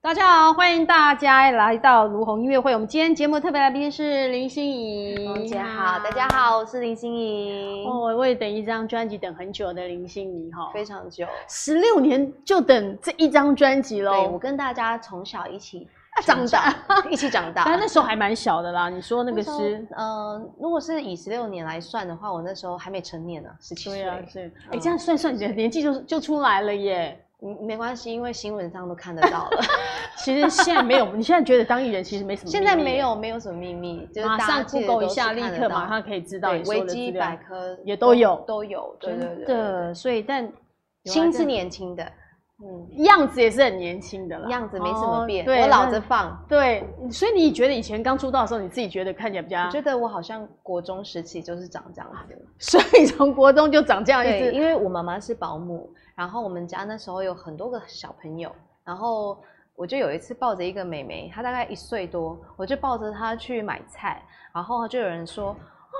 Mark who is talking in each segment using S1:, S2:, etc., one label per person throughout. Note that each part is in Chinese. S1: 大家好，欢迎大家来到如虹音乐会。我们今天节目特别来宾是林心怡，
S2: 萌姐好，大家好，我是林心怡。
S1: 哦，我为等一张专辑等很久的林心怡哈，
S2: 非常久，
S1: 十六年就等这一张专辑
S2: 对我
S1: 喽。
S2: 跟大家从小一起
S1: 哦啊长大，
S2: 一起长大。
S1: 但那时候还蛮小的啦。你说那
S2: 那
S1: 个
S2: 时候
S1: 是？
S2: 呃，如果是以十六年来算的话，我那时候还没成年呢，十七
S1: 对
S2: 岁。
S1: 啊，是。哎、这样算算你的年纪就就出来了耶。
S2: 嗯没关系，因为新闻上都看得到 了。
S1: 其实现在没有， 你现在觉得当艺人其实没什么秘密耶。
S2: 现在没有没有什么秘密，就是
S1: 马上
S2: 大家记得都
S1: Google 一
S2: 是
S1: 下，
S2: 看
S1: 立
S2: 得
S1: 刻
S2: 到
S1: 马上可以知道
S2: 对
S1: 你所
S2: 维
S1: 有的资
S2: 基
S1: 料
S2: 百。科
S1: 也都有
S2: 都有，对对对
S1: 真
S2: 对对
S1: 的，所以但
S2: 对心
S1: 智
S2: 是年轻的，嗯，
S1: 样子也是很年轻的啦，
S2: 样子没什么变，
S1: 哦对，
S2: 我老着
S1: 那
S2: 放。
S1: 对，所以你觉得以前刚出道的时候，你自己觉得看起来比较
S2: 我，觉得我好像国中时期就是长这样子，
S1: 所以从国中就长这样啊一
S2: 对，因
S1: 只
S2: 为我妈妈是保姆，然后我们家那时候有很多个小朋友，然后我就有一次抱着一个妹妹，她大概一岁多，我就抱着她去买菜，然后就有人说：“哦，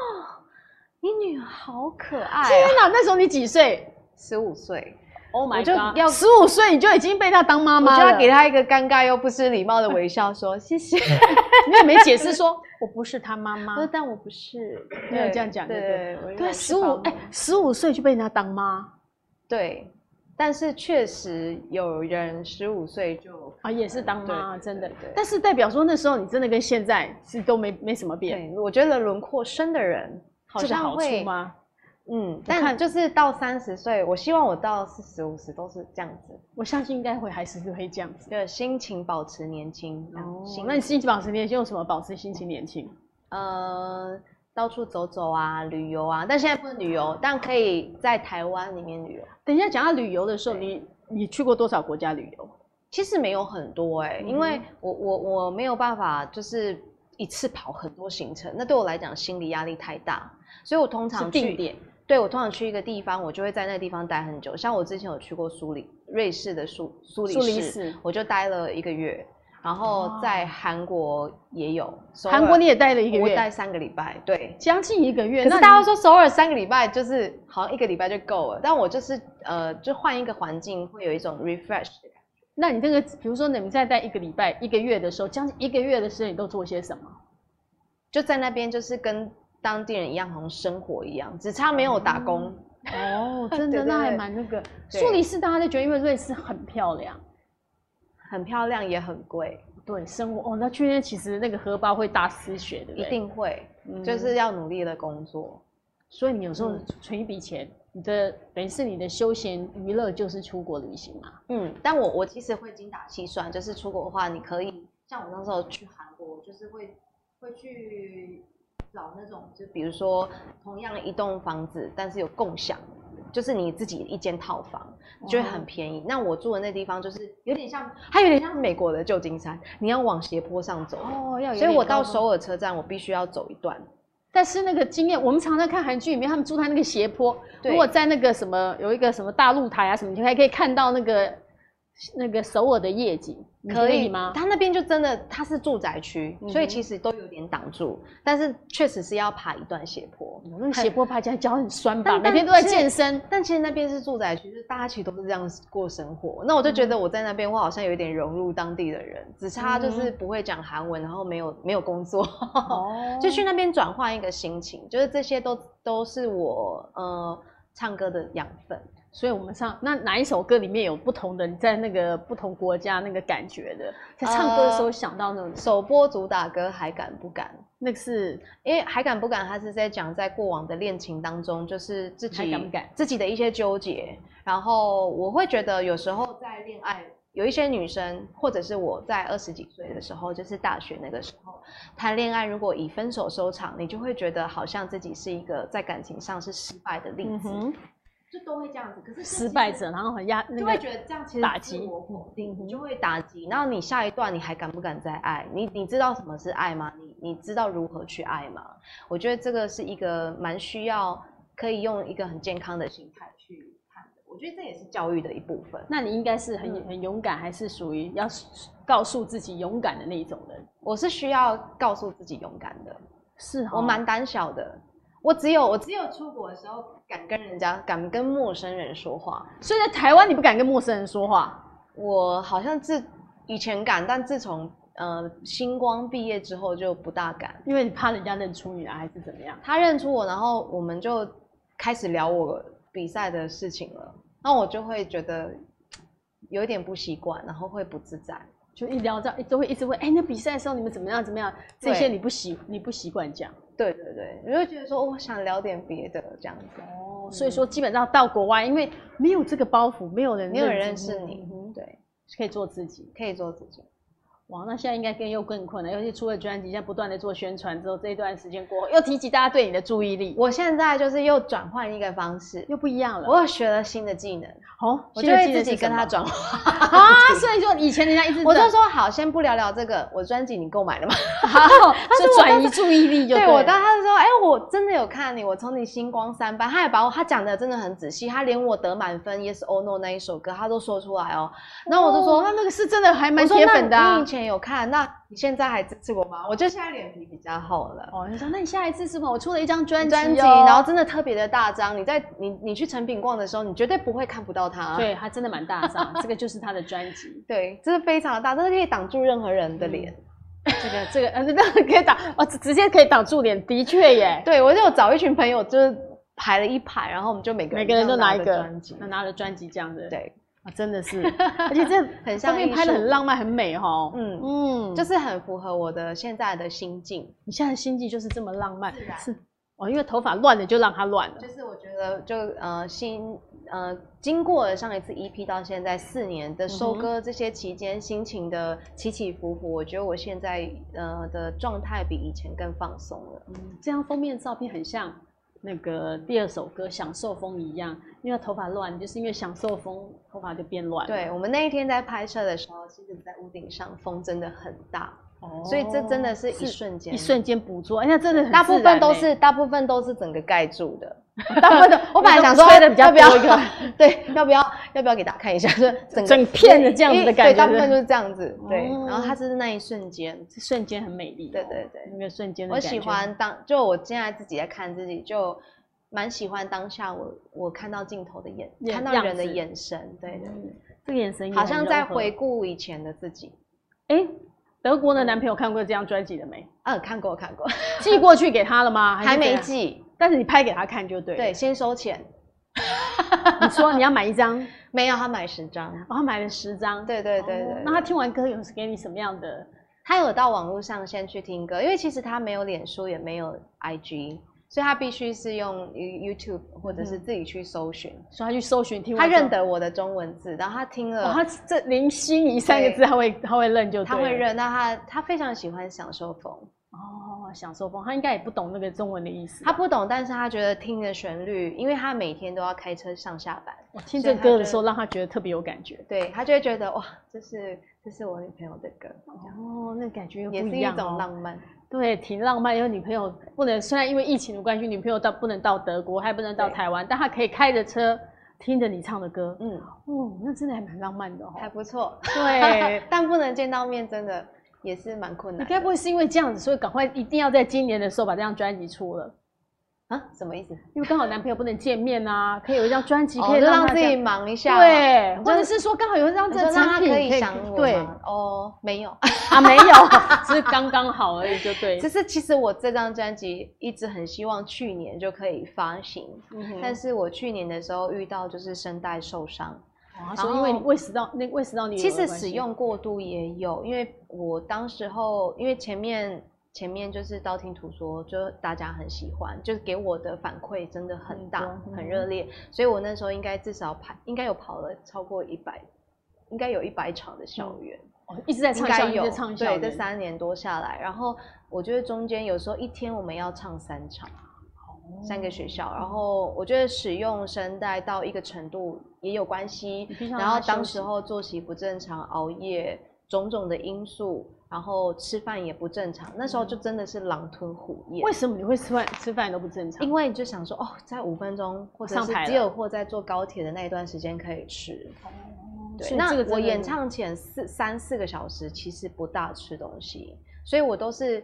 S2: 你女儿好可爱、
S1: 天
S2: 啊。
S1: 哪，那时候你几岁”
S2: 十五岁，
S1: ？Oh my
S2: 我就
S1: god！
S2: 要
S1: 十五岁你就已经被他当妈
S2: 我
S1: 妈
S2: 就
S1: 了，
S2: 要给她一个尴尬又不失礼貌的微笑，说：“谢谢。
S1: 你也没解释说我不是他妈”
S2: 我
S1: 妈
S2: 说：“，但我不是。”
S1: 啊没有这样讲
S2: 对
S1: 就对
S2: 对，我
S1: 对，
S2: 我是
S1: 十五
S2: 保姆
S1: 哎，十五岁就被人家当妈
S2: 对，但是确实有人十五岁就
S1: 啊，也是当妈，
S2: 对
S1: 真的
S2: 对对。
S1: 但是代表说那时候你真的跟现在是都没没什么变，
S2: 对，我觉得轮廓深的人好
S1: 这个
S2: 像
S1: 好
S2: 会
S1: 处，吗？
S2: 嗯，
S1: 看
S2: 但就是到三十岁，我希望我到四十五十都是这样子，
S1: 我相信应该会还是会这样子。
S2: 就是心情保持年轻。
S1: 哦
S2: 哦，，
S1: 那你心情保持年轻，用什么保持心情年轻？
S2: 呃，到处走走啊，旅游啊，但现在不能旅游，但可以在台湾里面旅游。
S1: 等一下讲到旅游的时候，
S2: 对
S1: 你你去过多少国家旅游？
S2: 其实没有很多哎、因
S1: 嗯
S2: 为我我我没有办法就是一次跑很多行程，那对我来讲心理压力太大，所以我通
S1: 是
S2: 常
S1: 定
S2: 去
S1: 点，
S2: 对我通常去一个地方，我就会在那个地方待很久。像我之前有去过苏黎，瑞士的苏苏黎
S1: 苏黎
S2: 世，
S1: 世
S2: 我就待了一个月。然后
S1: 哦
S2: 在韩国也有，首
S1: 韩
S2: 尔
S1: 国你也待了一个
S2: 我
S1: 月，
S2: 待三个礼拜，对。
S1: 将近一个月。
S2: 可是
S1: 那
S2: 大
S1: 你
S2: 家说首尔三个礼拜就是好像一个礼拜就够了，但我就是呃，就换一个环境会有一种 refresh 的感觉。
S1: 那你这个，比如说你们在待一个礼拜、一个月的时候，将近一个月的时间，你都做些什么？
S2: 就在那边就是跟当地人一样，好像生活一样，只差没有打工。
S1: 哦，真
S2: 对
S1: 的，
S2: 对
S1: 那还
S2: 对
S1: 蛮那个。
S2: 对
S1: 苏黎世大家都觉得，因为瑞士很漂亮，
S2: 很漂亮也很贵，
S1: 对，生活哦，那去那边其实那个荷包会大失血，对不
S2: 一
S1: 对？。
S2: 定会，
S1: 嗯
S2: 就是要努力的工作。
S1: 所以你有时候
S2: 嗯
S1: 存一笔钱，你的等于是你的休闲娱乐就是出国旅行嘛。
S2: 嗯，但我我其实会精打细算，就是出国的话，你可以像我那时候去韩国，就是会会去找那种，就比如说同样一栋房子，但是有共享，就是你自己一间套房，就
S1: 哦
S2: 会很便宜。那我住的那地方就是有点像，它有点像美国的旧金山，你要往斜坡上走，
S1: 哦，要有
S2: 所以我
S1: 点高
S2: 到
S1: 吗
S2: 首尔车站，我必须要走一段。
S1: 但是那个经验，我们常常看韩剧里面，他们住在那个斜坡，
S2: 对
S1: 如果在那个什么有一个什么大露台啊什么，你还可以看到那个那个首尔的夜景，你可以吗？嗯
S2: 它那边就真的它是住宅区，所以其实都有点挡住，但是确实是要爬一段斜坡。
S1: 那个斜坡爬起来脚很酸吧？
S2: 但
S1: 每
S2: 但
S1: 天都在
S2: 是
S1: 健身，
S2: 但其实那边是住宅区，就是大家其实都是这样过生活。那我就觉
S1: 嗯
S2: 得我在那边，我好像有一点融入当地的人，只差就是不会讲韩文，然后没有没有工作，
S1: 嗯哦
S2: 就去那边转换一个心情。就是这些都都是我呃唱歌的养分。
S1: 所以我们上那哪一首歌里面有不同的你在那个不同国家那个感觉的，在唱歌的时候
S2: 呃
S1: 想到那种，
S2: 首播主打歌还敢不敢？
S1: 那个是
S2: 因为还敢不敢，他是在讲在过往的恋情当中，就是自己
S1: 还敢不敢
S2: 自己的一些纠结。然后我会觉得有时候在恋爱，有一些女生，或者是我在二十几岁的时候，就是大学那个时候谈恋爱，如果以分手收场，你就会觉得好像自己是一个在感情上是失败的例
S1: 嗯
S2: 子，
S1: 哼，
S2: 就都会这样子。可是这其实
S1: 失败者，然后很压那
S2: 就会
S1: 个
S2: 觉得这样其实
S1: 打
S2: 自
S1: 击嗯
S2: 我否定，你就会打击。然后你下一段你还敢不敢再爱？你你知道什么是爱吗？你你知道如何去爱吗？我觉得这个是一个蛮需要可以用一个很健康的心态去看的。我觉得这也是教育的一部分。
S1: 那你应该是很
S2: 嗯
S1: 很勇敢，还是属于要告诉自己勇敢的那一种人？
S2: 我是需要告诉自己勇敢的，
S1: 是
S2: 我蛮胆小的。我只有我只有出国的时候敢跟人家敢跟陌生人说话，
S1: 所以在台湾你不敢跟陌生人说话，
S2: 我好像自以前敢，但自从呃星光毕业之后就不大敢。
S1: 因为你怕人家认出你来还是怎么样？
S2: 他认出我，然后我们就开始聊我比赛的事情了，那我就会觉得有一点不习惯，然后会不自在。
S1: 就一聊到都会一直问，哎、那比赛的时候你们怎么样怎么样？这些
S2: 对
S1: 你不习你不习惯讲。
S2: 对对对，你就会觉得说哦我想聊点别的这样子，
S1: 哦，所以说基本上到国外，因为没有这个包袱，没有人
S2: 没有人认
S1: 出
S2: 识你
S1: 嗯哼，
S2: 对，
S1: 可以做自己。
S2: 可以做自己。
S1: 哇，那现在应该更又更困难，尤其出了专辑，现在不断的做宣传之后，这一段时间过后，又提起大家对你的注意力，
S2: 我现在就是又转换一个方式，
S1: 又不一样了。
S2: 我又学了新的技能，
S1: 哦，
S2: 我
S1: 现在
S2: 就会
S1: 记
S2: 自
S1: 得
S2: 己
S1: 是什
S2: 跟他
S1: 么
S2: 转换。
S1: 啊，所以说以前人家一直
S2: 我就
S1: 在
S2: 说好，先不聊聊这个，我专辑你购买了吗？
S1: 好，
S2: 是
S1: 就
S2: 我当
S1: 转移
S2: 时
S1: 注意力就
S2: 对
S1: 了
S2: 我当时他就说，哎、我真的有看你，我从你星光三班，他也把我他讲的真的很仔细，他连我得满分 Yes or No 那一首歌他都说出来哦。然后我就说，
S1: 哦那那个是真的还蛮
S2: 我说
S1: 铁粉的
S2: 那
S1: 啊
S2: 你以。前有看，那你现在还支持我吗？我就现在脸皮比较厚了。
S1: 哦，你说那你下一次是吗？我出了一张专辑哦，
S2: 专辑，然后真的特别的大张，你在你你去成品逛的时候，你绝对不会看不到它。
S1: 对他真的蛮大上，这个就是他的专辑。
S2: 对，这是非常的大，这是可以挡住任何人的脸。
S1: 这个 这个呃，那个可以挡哦，直直接可以挡住脸，的确 耶。
S2: 对我就有找一群朋友，就是排了一排，然后我们就每个嗯
S1: 每
S2: 人
S1: 个人
S2: 这
S1: 都
S2: 样
S1: 拿一
S2: 着
S1: 个
S2: 专辑，
S1: 那拿了专辑这样子，
S2: 对，
S1: 啊，真的 是，而且这
S2: 很
S1: 上
S2: 像
S1: 面
S2: 艺
S1: 拍的
S2: 术
S1: 很浪漫，很美哈。
S2: 嗯
S1: 嗯，就
S2: 就是是很符合我的现在的心境。
S1: 你现在的心境就是这么浪漫
S2: 自，然
S1: 是哦，因为头发乱了就让它乱了
S2: 就。是我觉得就呃新呃经过了上一次 EP 到现在四年的收
S1: 嗯哼
S2: 割，这些期间心情的起起伏伏，我觉得我现在呃的状态比以前更放松了。
S1: 这张封面照片很像那个第二首歌《享受风》一样，因为头发乱，就是因为享受风，头发就变乱。，
S2: 对我们那一天在拍摄的时候，其实在屋顶上风真的很大，
S1: 哦
S2: 所以这真的是一瞬间，
S1: 一瞬间捕捉，哎，那真的很
S2: 大部
S1: 自然
S2: 分都
S1: 欸
S2: 是大部分都是整个盖住的。 大部分都，我本来想说
S1: 吹的比较
S2: 要不要
S1: 多一个，
S2: 对，要不要要不要给大家看一下？就是整个
S1: 整片的这样子的感觉
S2: 对，大部分就是这样子。对，
S1: 哦
S2: 然后它是那一瞬间，
S1: 这瞬间很美丽哦、
S2: 对对对
S1: 那个瞬间的
S2: 我
S1: 感觉
S2: 喜欢当，就我现在自己在看自己，就蛮喜欢当下我我看到镜头的眼，
S1: 眼
S2: 看到人的眼神，对对
S1: 嗯这个眼神也
S2: 对，
S1: 很
S2: 好像在
S1: 柔和
S2: 回顾以前的自己。
S1: 哎、德国的男朋友看过这张专辑了没？
S2: 嗯，看过看过，
S1: 寄过去给他了吗？
S2: 还
S1: 是怎
S2: 没
S1: 啊样，
S2: 寄，
S1: 但是你拍给他看就对了。
S2: 对，先收钱。
S1: 你说你要买一张，
S2: 没有，他买十张。
S1: 然后买了十张。
S2: 对对对
S1: 哦
S2: 对，
S1: 那他听完歌有给你什么样的？
S2: 他有到网络上先去听歌，因为其实他没有脸书，也没有 IG，所以他必须是用 You- YouTube 或者是自己去搜寻。
S1: 所以他去搜寻嗯听
S2: 他
S1: 完之后，
S2: 认得我的中文字，然后他听了，
S1: 哦，他这零星移三个字，
S2: 嗯对
S1: 他会他会认就
S2: 他
S1: 对
S2: 会
S1: 了。
S2: 认。那他他非常喜欢享受风，
S1: 哦，享受风，他应该也不懂那个中文的意思。
S2: 他不懂，但是他觉得听着旋律，因为他每天都要开车上下班，
S1: 我听
S2: 所
S1: 这
S2: 以
S1: 个
S2: 他
S1: 歌的
S2: 就
S1: 时候，让他觉得特别有感觉。
S2: 对他就会觉得哇，这是这是我女朋友的歌，
S1: 哦，那感觉又不
S2: 也是
S1: 一
S2: 一
S1: 样、哦、
S2: 种浪漫。
S1: 对，挺浪漫。因为女朋友不能，虽然因为疫情的关系，女朋友到不能到德国，还不能到
S2: 对
S1: 台湾，但她可以开着车听着你唱的歌。
S2: 嗯，
S1: 哦，那真的还蛮浪漫的哦。
S2: 还不错。
S1: 对
S2: 但不能见到面，真的也是蛮困
S1: 你
S2: 难的。
S1: 该不会是因为这样子，所以赶快一定要在今年的时候把这张专辑出了？
S2: 啊？什么意思？
S1: 因为刚好男朋友不能见面啊，可以有一张专辑
S2: 哦
S1: 可以
S2: 就
S1: 让
S2: 让
S1: 他
S2: 自
S1: 这
S2: 己
S1: 样
S2: 忙一下，，
S1: 对，
S2: 就
S1: 或者是说刚好有一张
S2: 你
S1: 这
S2: 说
S1: 个
S2: 让
S1: 产
S2: 他
S1: 品
S2: 可以想我
S1: 对
S2: 吗哦，没有，
S1: 啊，没有，只是刚刚好而已，就对
S2: 就。是其实我这张专辑一直很希望去年就可以发行，
S1: 嗯
S2: 但
S1: 哼
S2: 是我去年的时候遇到就是声带受伤，
S1: 哦他说因为你
S2: 然后
S1: 胃食道那个胃食道逆流
S2: 其
S1: 的
S2: 实
S1: 关
S2: 使
S1: 系
S2: 用过度也有，因为我当时候因为前面前面就是道听途说，就大家很喜欢，就是给我的反馈真的很大
S1: 嗯、对
S2: 很热烈，所以我那时候应该至少跑应该有跑了超过一百，应该有一百场的校园，
S1: 哦一直在
S2: 应
S1: 畅
S2: 该
S1: 销，一直
S2: 有
S1: 在畅销
S2: 对，
S1: 的，
S2: 这三年多下来，然后我觉得中间有时候一天我们要唱三场。三个学校，
S1: 哦
S2: 然后我觉得使用声带到一个程度也有关系
S1: 你平，常
S2: 然后
S1: 让他休
S2: 当时候作息不正常、熬夜种种的因素，然后吃饭也不正常，那时候就真的是狼吞虎咽
S1: 嗯为。什么你会吃饭吃饭都不正常？
S2: 因为你就想说，哦，在五分钟，或者
S1: 上
S2: 是
S1: 台
S2: 只
S1: 了
S2: 有或在坐高铁的那一段时间可以吃。对，
S1: 所以
S2: 那
S1: 这个真的
S2: 我演
S1: 是
S2: 唱前四三四个小时其实不大吃东西，所以我都是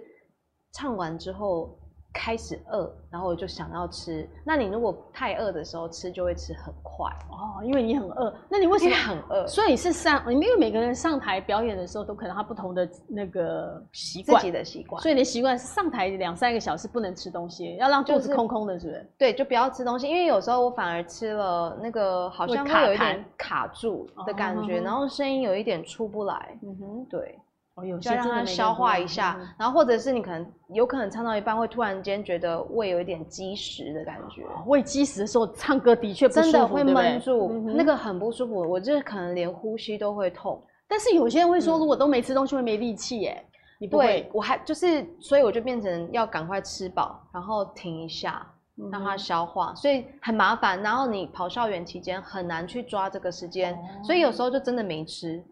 S2: 唱完之后开始饿，然后我就想要吃。那你如果太饿的时候吃，就会吃很快，
S1: 哦，因为你很饿，那你为什
S2: 因
S1: 么
S2: 为很饿，
S1: 所以是上，因为每个人上台表演的时候都可能他不同的那个习
S2: 自
S1: 惯，
S2: 己的习惯。
S1: 所以你的习惯是上台两三个小时不能吃东西，要让肚
S2: 就
S1: 子
S2: 是
S1: 空空的，是不是？
S2: 对，就不要吃东西，因为有时候我反而吃了那个好像
S1: 会
S2: 会
S1: 卡
S2: 有一点
S1: 痰
S2: 卡住的感觉，
S1: 哦
S2: 然后声音有一点出不来。
S1: 嗯哼，
S2: 对，
S1: 哦，有
S2: 就
S1: 些
S2: 要让
S1: 真的每
S2: 它
S1: 个人
S2: 消
S1: 不
S2: 化
S1: 样
S2: 一下，
S1: 嗯
S2: 然后或者是你可能有可能唱到一半会突然间觉得胃有一点积食的感觉，
S1: 哼胃积食的时候唱歌的确不舒服，
S2: 真的会
S1: 对不
S2: 闷
S1: 对
S2: 住，
S1: 嗯哼
S2: 那个很不舒服，我就是可能连呼吸都会痛。
S1: 但是有些人会说，
S2: 嗯
S1: 如果都没吃东西会没力气耶，你不
S2: 对
S1: 会，
S2: 我还就是，所以我就变成要赶快吃饱，然后停一下，让它
S1: 嗯哼
S2: 消化，所以很麻烦。然后你跑校园期间很难去抓这个时间，
S1: 哦
S2: 所以有时候就真的没吃，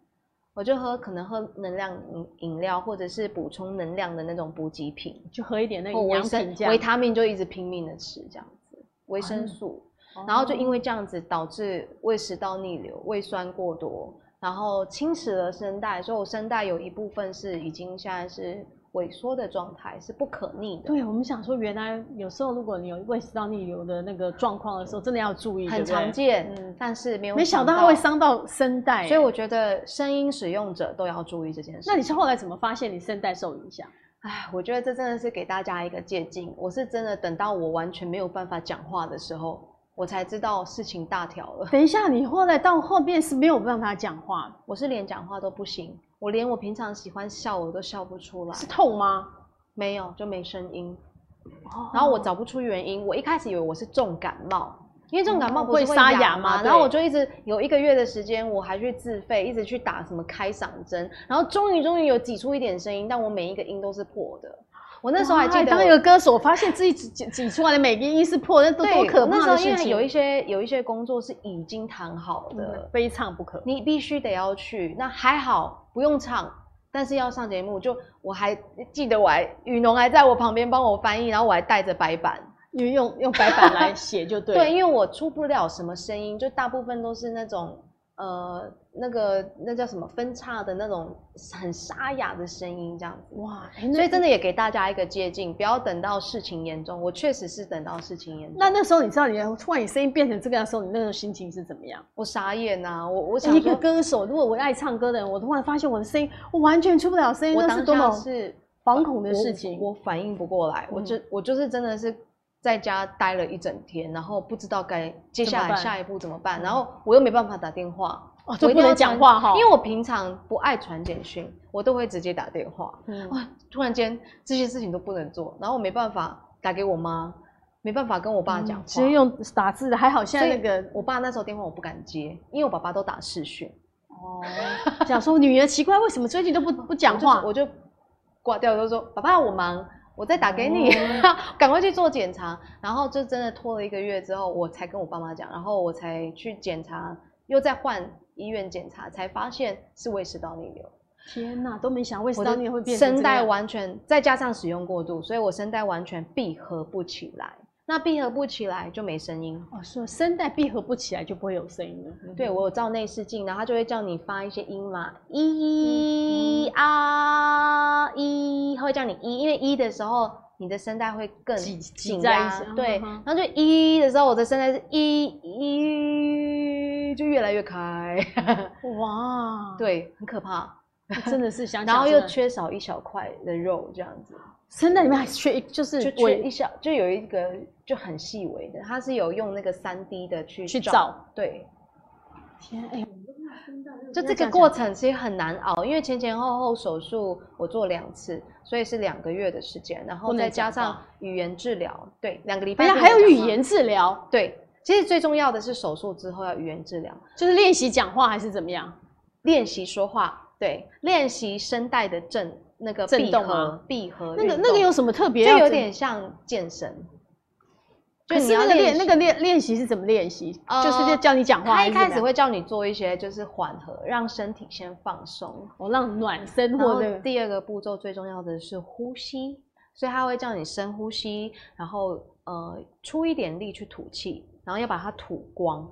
S2: 我就喝可能喝能量饮饮料或者是补充能量的那种补给品，
S1: 就喝一点那个
S2: 或
S1: 营
S2: 维
S1: 养
S2: 生
S1: 品这样
S2: 维，他命就一直拼命的吃这样子，维生
S1: 嗯
S2: 素，
S1: 哦
S2: 然后就因为这样子导致胃食道逆流、胃酸过多，然后侵蚀了声带，所以我声带有一部分是已经现在是萎缩的状态，是不可逆的。
S1: 对我们想说，原来有时哦候如果你有胃食道逆流的那个状况的时候，真的要注意，
S2: 很
S1: 对不对
S2: 常见，
S1: 嗯
S2: 但是没有
S1: 没想到它会，伤到声带耶，
S2: 所以我觉得声音使用者都要注意这件事。
S1: 那你是后来怎么发现你声带受影响？
S2: 哎，我觉得这真的是给大家一个借鉴。我是真的等到我完全没有办法讲话的时候，我才知道事情大条了。
S1: 等一下，你后来到后面是没有让他讲话的，
S2: 我是连讲话都不行，我连我平常喜欢笑我都笑不出来
S1: 哦是，痛吗？
S2: 没有就没声音。
S1: 然
S2: 然后我找不出原因，我一开始以为我是重感冒，因为重感冒
S1: 哦
S2: 不是
S1: 会沙
S2: 哑
S1: 哑嘛
S2: 然后
S1: 对
S2: 我就一直有一个月的时间，我还去自费，一直去打什么开嗓针，然后终于终于有挤出一点声音，但我每一个音都是破的。我那时候还记得
S1: 当一
S2: 我。
S1: 个歌手，发现自己挤挤挤出来的每个音是破，那多多
S2: 对，
S1: 可
S2: 那
S1: 怕
S2: 时候
S1: 的
S2: 因
S1: 事
S2: 为
S1: 情。
S2: 有一些有一些工作是已经谈好的
S1: 嗯，非唱不可。
S2: 你必须得要去。那还好不用唱，但是要上节目，就我还记得我还雨农还在我旁边帮我翻译，然后我还带着白板。
S1: 因为用用白板来写就对
S2: 对
S1: 了。
S2: 因为我出不了什么声音，就大部分都是那种呃那个那叫什么分叉的那种很沙哑的声音这样子。
S1: 哇，哎
S2: 所以
S1: 的，
S2: 真的也给大家一个借鉴，不要等到事情严重。我确实是等到事情严重，
S1: 那那时候你知道你突然你声音变成这个样的时候，你那时候心情是怎么样？
S2: 我傻眼呐、我我想
S1: 一
S2: 说
S1: 个歌手，如果我爱唱歌的人，我突然发现我的声音，我完全出不了声音，
S2: 我
S1: 那是多么
S2: 当下是
S1: 惶恐的事情。
S2: 我我反应不过来，我
S1: 嗯
S2: 就我就是真的是在家待了一整天，然后不知道该接下
S1: 怎
S2: 来
S1: 么办
S2: 下一步怎么办，然后我又没办法打电话，
S1: 哦，
S2: 我
S1: 就
S2: 一
S1: 不
S2: 定要
S1: 能讲
S2: 传
S1: 话哈，
S2: 因为我平常不爱传简讯，我都会直接打电话。
S1: 嗯
S2: 哇，突然间这些事情都不能做，然后我没办法打给我妈，没办法跟我爸讲话。
S1: 直接用打字的，还好嗯现
S2: 所以
S1: 在那个
S2: 我爸那时候电话我不敢接，因为我爸爸都打视讯，
S1: 哦，想说女儿奇怪，为什么最近都 不不讲话？
S2: 我就我就挂掉，就说爸爸我忙，我再打给你，
S1: 哦
S2: 赶快去做检查。然后就真的拖了一个月之后，我才跟我爸妈讲，然后我才去检查，又再换医院检查，才发现是胃食道逆流。
S1: 天哪，都没想为什
S2: 我
S1: 么
S2: 的
S1: 你会变成
S2: 声
S1: 这样
S2: 带完全再加上使用过度，所以我声带完全闭合不起来。那闭合不起来就没声音。
S1: 哦，说声带闭合不起来就不会有声音了。
S2: 对我有照内视镜，然后他就会叫你发一些音嘛，
S1: 嗯
S2: 一、啊一，他会叫你一，因为一的时候你的声带会更
S1: 挤
S2: 紧
S1: 挤在一
S2: 压
S1: 起
S2: 对
S1: 嗯哼，
S2: 然后就一的时候我的声带是一一就越来越开，
S1: 嗯哇，
S2: 对，很可怕，
S1: 真的是想想真的，
S2: 然后又缺少一小块的肉这样子。
S1: 声带里面还缺一，就是
S2: 就
S1: 尾
S2: 缺一小，就有一个就很细微的，它是有用那个三 D 的去
S1: 去
S2: 找，
S1: 找
S2: 对，
S1: 天哎，
S2: 就
S1: 嗯那
S2: 这
S1: 这
S2: 个
S1: 样
S2: 过
S1: 讲
S2: 程其实很难熬，因为前前后后手术我做两次，所以是两个月的时间，然后
S1: 不能
S2: 再加
S1: 讲话
S2: 上语言治疗，对，两个礼
S1: 等
S2: 拜
S1: 一下
S2: 不
S1: 还
S2: 能
S1: 有
S2: 讲
S1: 语
S2: 话，
S1: 言治疗，
S2: 对，其实最重要的是手术之后要语言治疗，
S1: 就是练习讲话还是怎么样？
S2: 练习说话，对，练习声带的震那个
S1: 震
S2: 闭
S1: 动
S2: 合
S1: 吗
S2: 闭合
S1: 那
S2: 运
S1: 个
S2: 动，
S1: 那个有什么特别？
S2: 就有，点像健身，
S1: 可是那个练
S2: 练习
S1: 那个练练习是怎么练习？
S2: 呃
S1: 就是叫你讲话
S2: 他
S1: 还
S2: 一
S1: 是怎么样，
S2: 开始会叫你做一些就是缓和，让身体先放松。
S1: 我让暖身
S2: 然
S1: 或
S2: 后
S1: 那个
S2: 第二个步骤最重要的是呼吸，所以他会叫你深呼吸，然后呃出一点力去吐气，然后要把它吐光。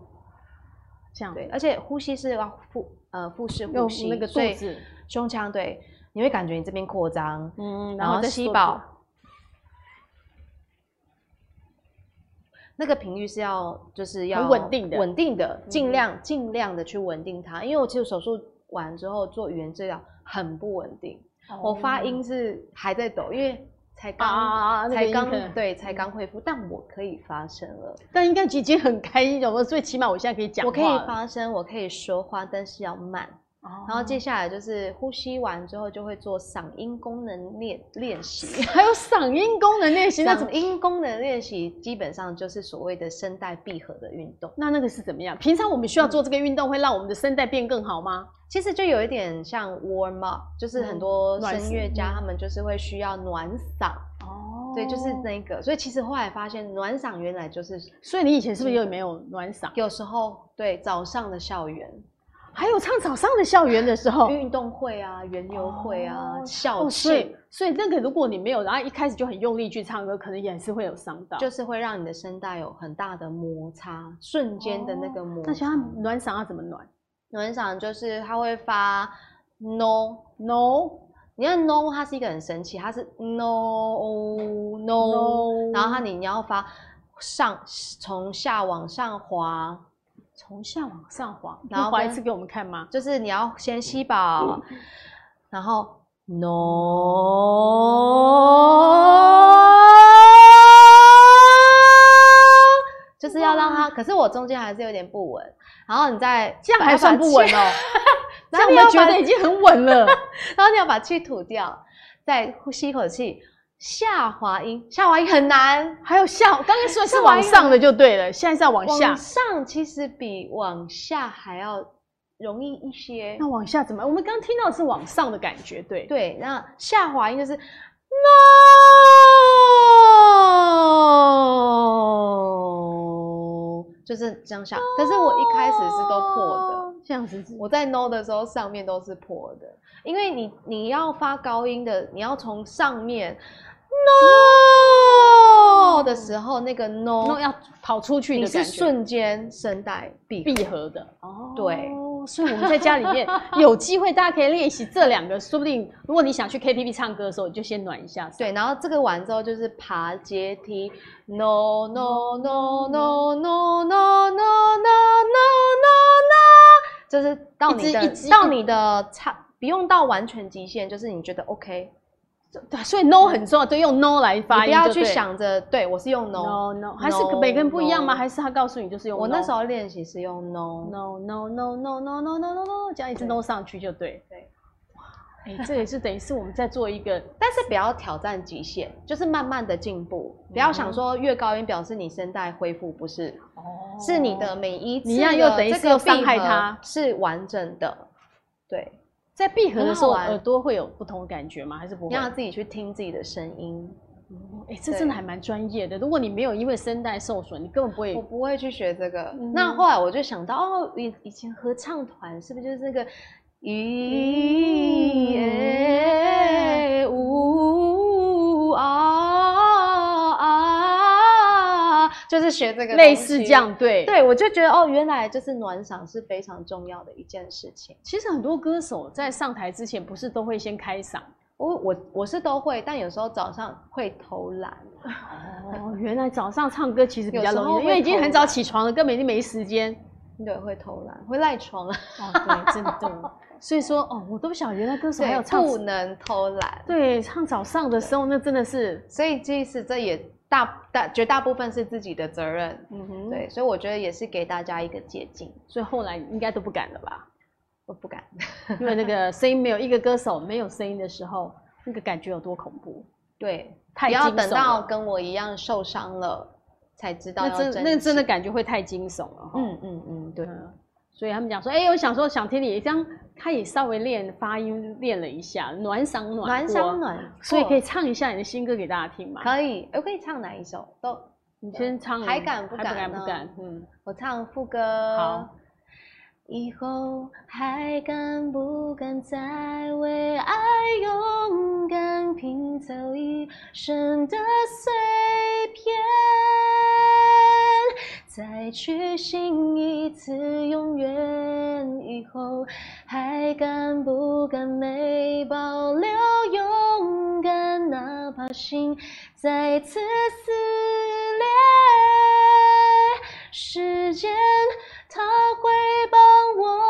S1: 这样
S2: 对，而且呼吸是要腹呃腹式呼
S1: 用
S2: 吸，
S1: 那个
S2: 所
S1: 肚
S2: 以
S1: 子，
S2: 胸腔对，你会感觉你这边扩张，
S1: 嗯，
S2: 然后
S1: 再
S2: 吸
S1: 做
S2: 饱，那个频率是要就是要
S1: 很稳定的
S2: 稳定的，
S1: 嗯
S2: 尽量尽量的去稳定它。因为我其实手术完之后做语言治疗很不稳定，我发音是还在抖，因为才
S1: 嗯哦啊啊
S2: 刚。
S1: 啊啊，那个
S2: 才
S1: 音
S2: 刚
S1: 可能
S2: 对，才刚恢复，但我可以发声了，
S1: 但应该已经很开心了，所以起码我现在可以讲
S2: 我可
S1: 话
S2: 以
S1: 了，
S2: 发声，我可以说话，但是要慢。
S1: 然
S2: 然后接下来就是呼吸完之后就会做嗓音功能练练习。
S1: 还有嗓音功能练习，那怎
S2: 嗓
S1: 么？
S2: 音功能练习基本上就是所谓的声带闭合的运动，
S1: 那那个是怎么样？平常我们需要做这个运动，会让我们的声带变更好吗？
S2: 其实就有一点像 warm up，就是很多
S1: 嗯暖
S2: 声乐
S1: 嗓
S2: 家
S1: 嗯
S2: 他们就是会需要暖嗓，
S1: 哦
S2: 对，就是那个。所以其实后来发现暖嗓原来就是
S1: 所以你以前是不是也没有暖嗓？
S2: 有时候对早上的校园
S1: 还有唱早上的校园的时候，
S2: 运动会啊、园游会啊、
S1: 哦
S2: 校
S1: 哦，所
S2: 庆
S1: 以，所以那个如果你没有，然后一开始就很用力去唱歌，可能也是会有伤到。
S2: 就是会让你的声带有很大的摩擦，瞬间的那个摩
S1: 哦
S2: 擦。
S1: 那像它暖嗓要怎么暖
S2: 暖嗓就是它会发 no，
S1: ？No
S2: 你看 no 它是一个很神奇，它是 no no，, 然后它你你要发上从下往上滑，
S1: 从下往上滑，
S2: 然
S1: 然
S2: 后
S1: 后滑一
S2: 跟
S1: 次给我们看吗？
S2: 就是你要先吸饱，然后 no，就是要让它，可是我中间还是有点不稳，然后你再
S1: 这样
S2: 把它
S1: 还算不稳
S2: 气
S1: 哦，这
S2: 然
S1: 样
S2: 后你
S1: 我
S2: 要
S1: 觉
S2: 把
S1: 得已经很稳了。
S2: 然后你要把气吐掉，再呼吸一口气，下滑音，下滑音很难，
S1: 还有下，我刚才说的是
S2: 下滑
S1: 往
S2: 又
S1: 上的就对了，现在是要往下
S2: 往。上其实比往下还要容易一些。
S1: 那往下怎么？我们刚刚听到的是往上的感觉，对。
S2: 对，那下滑音就是 no，就是这样下。但是我一开始是都破的。
S1: 的，这样子是。
S2: 我在 no 的时候上面都是破的，因为你你要发高音的，你要从上面 no 的时候，那个
S1: 然后
S2: 哦 no
S1: 要跑出去
S2: 你
S1: 的
S2: 是
S1: 感觉，
S2: 瞬间声带闭合
S1: 闭合的。哦
S2: 对。
S1: 所以我们在家里面有机会，大家可以练习这两个，说不定如果你想去 KTV 唱歌的时候，你就先暖一下嗓。
S2: 对，然后这个完之后就是爬阶梯，no no no no no no no no no no no，就是到
S1: 一
S2: 你
S1: 直
S2: 的
S1: 一直
S2: 到你的差，不用到完全极限，就是你觉得 OK，
S1: 对，所以 no 很重要，对，用 no 来
S2: 嗯你
S1: 发
S2: 不
S1: 音，
S2: 要去。想着对我是用
S1: no no，还是每个人不一样吗？还是他告诉你就是用 no？
S2: 我那时候练习是用 no，,
S1: no no no no no no no no no，这样一直
S2: 对
S1: 弄上去就对。
S2: 对，
S1: 哎、这也是等于是我们在做一个
S2: 但是不要挑战极限，就是慢慢的进步，不要
S1: 嗯
S2: 想说越高音表示你声带恢复，不是，
S1: 哦
S2: 是你的每一次
S1: 你一样又
S2: 的
S1: 等于
S2: 这
S1: 是
S2: 个
S1: 又伤害
S2: 闭合
S1: 它
S2: 是完整的，对，
S1: 在闭合的时候，
S2: 很好玩
S1: 耳朵会有不同的感觉吗？还是不
S2: 你
S1: 会？
S2: 让自己去听自己的声音，
S1: 哎、这真的还蛮专业的。如果你没有因为声带受损，你根本不会
S2: 我。不会去学这个。
S1: 嗯
S2: 那后来我就想到，哦，以以前合唱团是不是就是那个咿耶哎呜啊啊，就是学这个
S1: 类
S2: 东
S1: 似
S2: 西
S1: 这。样对。
S2: 对，我就觉得哦，原来就是暖嗓是非常重要的一件事情。
S1: 其实很多歌手在上台之前，不是都会先开嗓？
S2: 我我我是都会，但有时候早上会偷懒，
S1: 哦，原来早上唱歌其实比较
S2: 有时候
S1: 容易，因
S2: 会
S1: 为已经很早起床了，根本已经没时间。
S2: 对，会偷懒，会赖床啊。
S1: 哦，对，真的。 所以说，哦，我都不晓得原来歌手还有
S2: 对，
S1: 唱
S2: 不能偷懒。
S1: 对，唱早上的时候，那真的是，
S2: 所以其实这也大大绝大部分是自己的责任。
S1: 嗯哼，
S2: 对，所以我觉得也是给大家一个捷径。
S1: 所以后来应该都不敢了 吧？
S2: 我不敢，
S1: 因为那个声音没有一个歌手没有声音的时候，那个感觉有多恐怖，
S2: 对，
S1: 太
S2: 不要
S1: 惊悚
S2: 等到
S1: 了
S2: 跟我一样受伤了才知道
S1: 那
S2: 要
S1: 真
S2: 珍
S1: 那真的
S2: 惜，
S1: 感觉会太惊悚了。嗯，
S2: 嗯嗯嗯，对，
S1: 嗯所以他们讲说，哎、我想说想听你这样，他也稍微练发音练了一下，暖嗓暖
S2: 暖
S1: 锅
S2: 伤，暖，
S1: 所以可以唱一下你的新歌给大家听嘛。
S2: 可以，我可以唱哪一首？都，
S1: 你先唱，
S2: 还敢不
S1: 还不
S2: 敢
S1: 敢不
S2: 呢
S1: 敢，嗯，
S2: 我唱副歌。
S1: 好。
S2: 以后还敢不敢再为爱勇敢拼凑一生的碎片，再去信一次永远？以后还敢不敢没保留勇敢，哪怕心再次撕裂？
S3: 时间，它会帮我还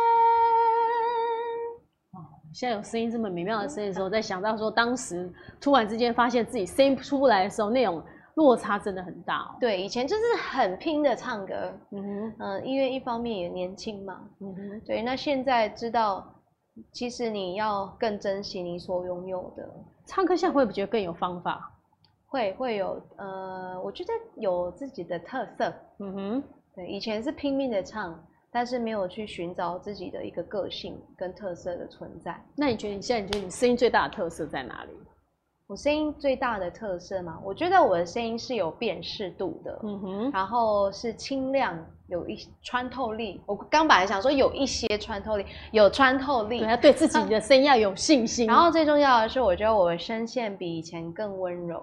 S3: 原。
S1: 现在有声音这么美妙的声音的时候，在想到说当时突然之间发现自己声音出不来的时候，那种落差真的很大哦。
S2: 对，以前就是很拼的唱歌，
S1: 嗯哼，
S2: 嗯，因为一方面也年轻嘛，
S1: 嗯哼，
S2: 对，那现在知道，其实你要更珍惜你所拥有的，
S1: 唱歌现在会不会觉得更有方法？
S2: 会会有呃，我觉得有自己的特色。
S1: 嗯哼，
S2: 对，以前是拼命的唱，但是没有去寻找自己的一个个性跟特色的存在。
S1: 那你觉得你现在你觉得你声音最大的特色在哪里？
S2: 我声音最大的特色嘛，我觉得我的声音是有辨识度的，
S1: 嗯哼，
S2: 然后是清亮，有一穿透力。我刚本来想说有一些穿透力，有穿透力
S1: 对，，要对自己的声音要有信心。
S2: 然后最重要的是，我觉得我的声线比以前更温柔。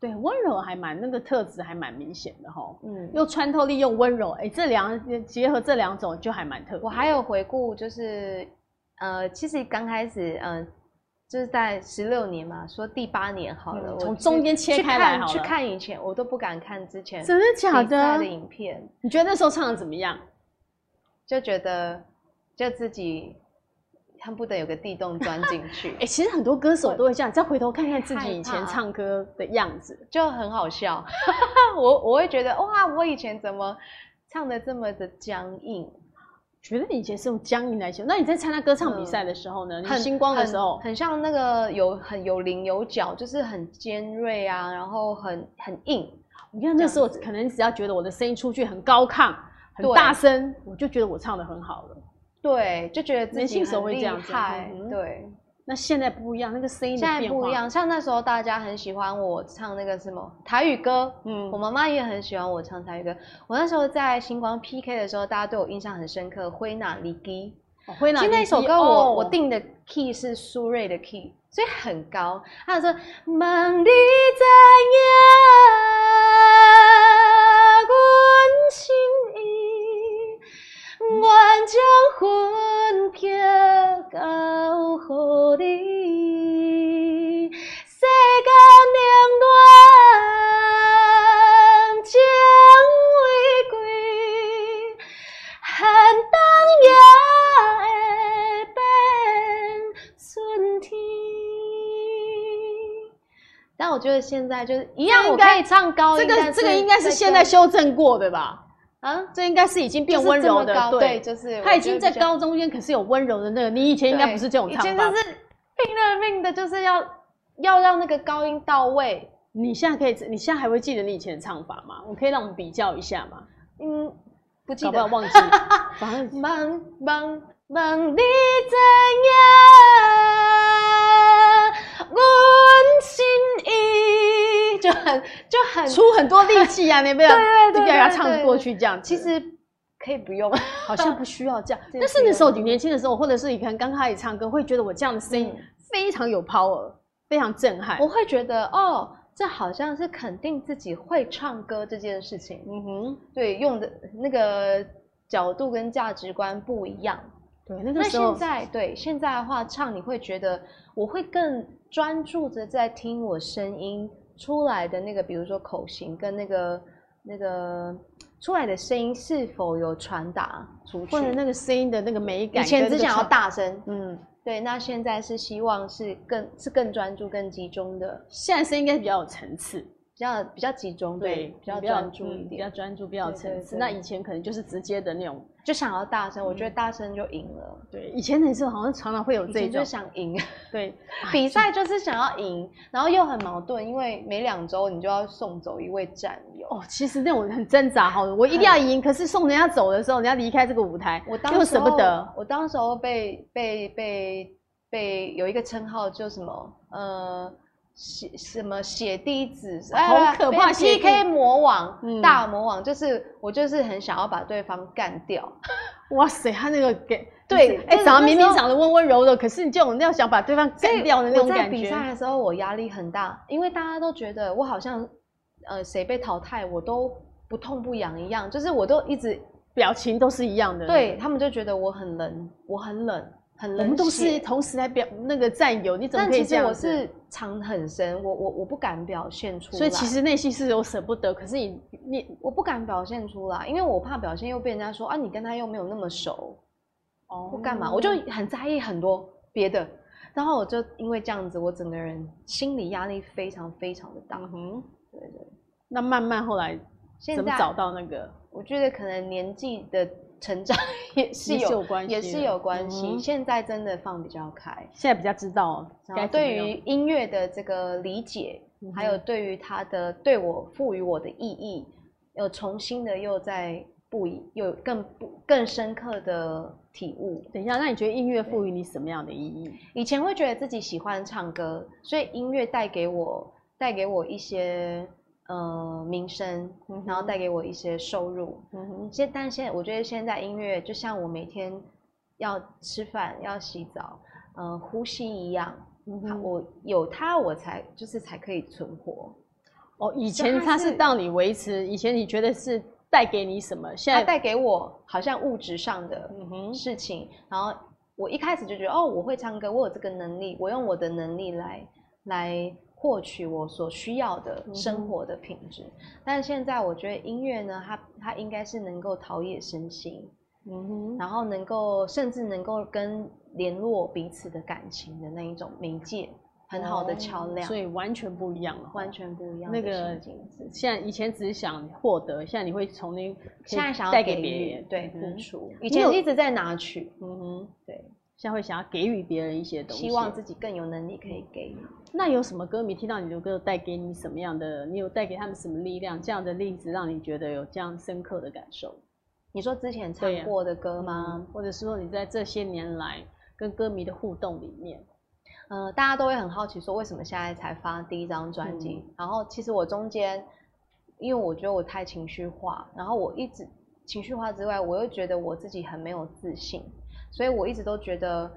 S1: 对温柔还蛮那个特质还蛮明显的哈，
S2: 嗯，
S1: 又穿透力又温柔，哎，这两结合这两种就还蛮特别。
S2: 我还有回顾，就是呃，其实刚开始，嗯、就是在十六年嘛，说第八年好了，
S1: 嗯
S2: 我
S1: 从
S2: 去
S1: 中间切
S2: 去
S1: 开来
S2: 看
S1: 好
S2: 去
S1: 了
S2: 看以前，我都不敢看之前
S1: 真的假
S2: 比赛
S1: 的
S2: 的？影片，
S1: 你觉得那时候唱的怎么样？
S2: 就觉得就自己恨不得有个地洞钻进去
S1: 哎、，其实很多歌手都会这样，再回头看看自己以
S2: 害
S1: 前
S2: 怕
S1: 唱歌的样子，
S2: 就很好笑。 我我会觉得哇，我以前怎么唱的这么的僵硬？
S1: 觉得你以前是用僵硬来形容。那你在参加歌唱比赛的时候呢？你
S2: 很
S1: 星光的时候
S2: 很，，很像那个有很有棱有角，就是很尖锐啊，然后很很硬。
S1: 你看那时候可能只要觉得我的声音出去很高亢、很
S2: 对
S1: 大声，我就觉得我唱的很好了。
S2: 对，就觉得自
S1: 年
S2: 己
S1: 轻时候
S2: 很
S1: 会这
S2: 厉
S1: 样子
S2: 害
S1: 嗯。哼
S2: 对，
S1: 那现在不一样，那个声音
S2: 现
S1: 的
S2: 在
S1: 变
S2: 不
S1: 化
S2: 一，样。像那时候大家很喜欢我唱那个什么台语歌，
S1: 嗯
S2: 我妈妈也很喜欢我唱台语歌。我那时候在星光 PK 的时候，大家对我印象很深刻。灰娜里基，
S1: 哦会
S2: 其
S1: 让
S2: 实
S1: 你
S2: 那首
S1: 记
S2: 歌我、
S1: 哦
S2: 我定的 key 是苏芮的 key，所以很高。他有说梦里
S3: 知影阮心意，愿将魂魄交乎你。世间冷暖情为贵，寒冬也会变春天。
S2: 但我觉得现在就是一样，
S1: 这
S2: 我
S1: 应该
S2: 可以唱高
S1: 这
S2: 音。
S1: 个
S2: 但
S1: 这个应该是
S2: 再
S1: 现
S2: 更
S1: 在修正过的吧？
S2: 啊，
S1: 这应该是已经变
S2: 就是
S1: 温
S2: 这
S1: 柔
S2: 么
S1: 的，
S2: 高对，
S1: 对，
S2: 就是
S1: 他
S2: 我
S1: 已
S2: 觉
S1: 经
S2: 得
S1: 在
S2: 比较
S1: 高中间，可是有温柔的那个。你以前应该不是这种
S2: 对
S1: 唱
S2: 以前
S1: 法
S2: 就，是拼了命的，就是要要让那个高音到位。
S1: 你现在可以，你现在还会记得你以前的唱法吗？我可以让我们比较一下吗？
S2: 嗯，不记
S1: 搞不
S2: 得
S1: 好。 忘记了，反正
S2: 梦梦梦
S3: 你
S2: 里
S3: 知影，阮心意。
S2: 就很就很，
S1: 出很多力气 啊，你不要
S2: 对对
S1: 就
S2: 对
S1: 给他
S2: 对
S1: 唱
S2: 对
S1: 过去这样子。
S2: 其实可以不用。
S1: 好像不需要这样，
S2: 这
S1: 但
S2: 个
S1: 是
S2: 不
S1: 那
S2: 用
S1: 时候你年轻的时候，或者是你可能刚开始唱歌，会觉得我这样的声音
S2: 嗯
S1: 非常有 power，非常震撼
S2: 我。会觉得哦，这好像是肯定自己会唱歌这件事情。
S1: 嗯哼，
S2: 对，用的那个角度跟价值观不一样。
S1: 对，那
S2: 那
S1: 个时
S2: 现
S1: 候
S2: 在对现在的话，唱你会觉得我会更专注的在听我声音出来的那个，比如说口型跟那个那个出来的声音是否有传达出去。
S1: 或者那个声音的那个美
S2: 以
S1: 感，
S2: 前只想要，大声，
S1: 嗯，
S2: 对，那现在是希望是更是更专注、更集中的，
S1: 现在声音应该比较有层次，
S2: 比较比较集中，对，比较专注一
S1: 嗯比较
S2: 点，
S1: 专注，比较有
S2: 对对
S1: 层次。
S2: 对
S1: 那以前可能就是直接的那种，
S2: 就想要大声。我觉得大声就赢了，
S1: 对，以前的时候好像常常会有
S2: 以
S1: 嗯这
S2: 前
S1: 种
S2: 就，想赢。
S1: 对，
S2: 比赛就是想要赢，然后又很矛盾，因为每两周你就要送走一位战友。
S1: 哦，其实那种很挣扎，好的，我一定要 赢。可是送人家走的时候，人家离开这个舞台，
S2: 我当
S1: 又
S2: 时
S1: 舍
S2: 候
S1: 不得。
S2: 我当时候被被被被有一个称号就什么呃血什么血滴子，啊
S1: 好可怕血滴
S2: PK 魔王、
S1: 嗯
S2: 大魔王，就是我就是很想要把对方干掉。
S1: 哇塞，他那个给
S2: 对
S1: 哎、
S2: 就是
S1: 长得
S2: 那
S1: 明
S2: 时
S1: 明
S2: 候
S1: 长得温温柔柔，可是你就有那样想把对方
S2: 所
S1: 干
S2: 以
S1: 掉的那种
S2: 我在
S1: 感
S2: 比
S1: 觉。
S2: 赛的时候，我压力很大，因为大家都觉得我好像呃谁被淘汰，我都不痛不痒一样，就是我都一直
S1: 表情都是一样的。
S2: 对他们就觉得我很冷，我很冷，很
S1: 我
S2: 冷
S1: 们都
S2: 血
S1: 是同时在表那个战友，你怎么
S2: 但
S1: 可以
S2: 其
S1: 这
S2: 实
S1: 样
S2: 我
S1: 子
S2: 是藏很深，我我我不敢表现出来，
S1: 所以其实内心是有舍不得，可是你你
S2: 我不敢表现出来，因为我怕表现又被人家说啊，你跟他又没有那么熟，
S1: 哦
S2: 或干嘛，我就很在意很多别的。然后我就因为这样子，我整个人心理压力非常非常的大。
S1: 嗯哼，
S2: 对对，
S1: 那慢慢后来
S2: 现
S1: 怎么找
S2: 在
S1: 到那个
S2: 我觉得可能年纪的成长 也是
S1: 也是
S2: 有
S1: 有关系
S2: 也
S1: 的，
S2: 是有关系。
S1: 嗯哼
S2: 现在真的放比较开，
S1: 现在比较知道
S2: 然
S1: 该
S2: 后
S1: 怎么
S2: 对
S1: 样
S2: 于音乐的这个理解，
S1: 嗯
S2: 还有
S1: 哼
S2: 对于它的对我赋予我的意义，有重新的又在不一，有更不更深刻的体悟。
S1: 等一下，那你觉得音乐赋予你什么样的意义？
S2: 以前会觉得自己喜欢唱歌，所以音乐带给我带给我一些呃名声，
S1: 嗯哼
S2: 然后带给我一些收入。
S1: 嗯哼，
S2: 现但现在我觉得现在音乐就像我每天要吃饭、要洗澡、呃呼吸一样，
S1: 嗯
S2: 它
S1: 哼
S2: 我有它我才就是才可以存活。
S1: 哦，以前
S2: 它
S1: 它是
S2: 是
S1: 让你维持，以前你觉得是带给你什么？现
S2: 它
S1: 在
S2: 带给我好像物质上的
S1: 嗯哼，
S2: 事情，然后我一开始就觉得哦，我会唱歌，我有这个能力，我用我的能力来来获取我所需要的
S1: 嗯哼
S2: 生活的品质。但现在我觉得音乐呢，它它应该是能够陶冶身心，
S1: 嗯哼，
S2: 然后能够甚至能够跟联络彼此的感情的那一种媒介，很好的
S1: 哦
S2: 桥梁，
S1: 所以完全不一样了。
S2: 完全不一样
S1: 那
S2: 的
S1: 个
S2: 心境。
S1: 现在以前只是想获得，现在你会从那可以
S2: 现在想要
S1: 带给
S2: 给予
S1: 别人，
S2: 对
S1: 嗯哼
S2: 付出，
S1: 你
S2: 以前
S1: 有
S2: 一直在拿取，
S1: 嗯哼，
S2: 对，
S1: 现在会想要给予别人一些东西。
S2: 希望自己更有能力可以给予。
S1: 那有什么歌迷听到你的歌带给你什么样的？你有带给他们什么力量？这样的例子让你觉得有这样深刻的感受？
S2: 你说之前
S1: 对
S2: 唱
S1: 呀
S2: 过的歌
S1: 吗
S2: 吗？？
S1: 或者是说你在这些年来跟歌迷的互动里面，嗯
S2: 呃，大家都会很好奇说，为什么现在才发第一张专辑？
S1: 嗯
S2: 然后其实我中间，因为我觉得我太情绪化，然后我一直情绪化之外，我又觉得我自己很没有自信，所以我一直都觉得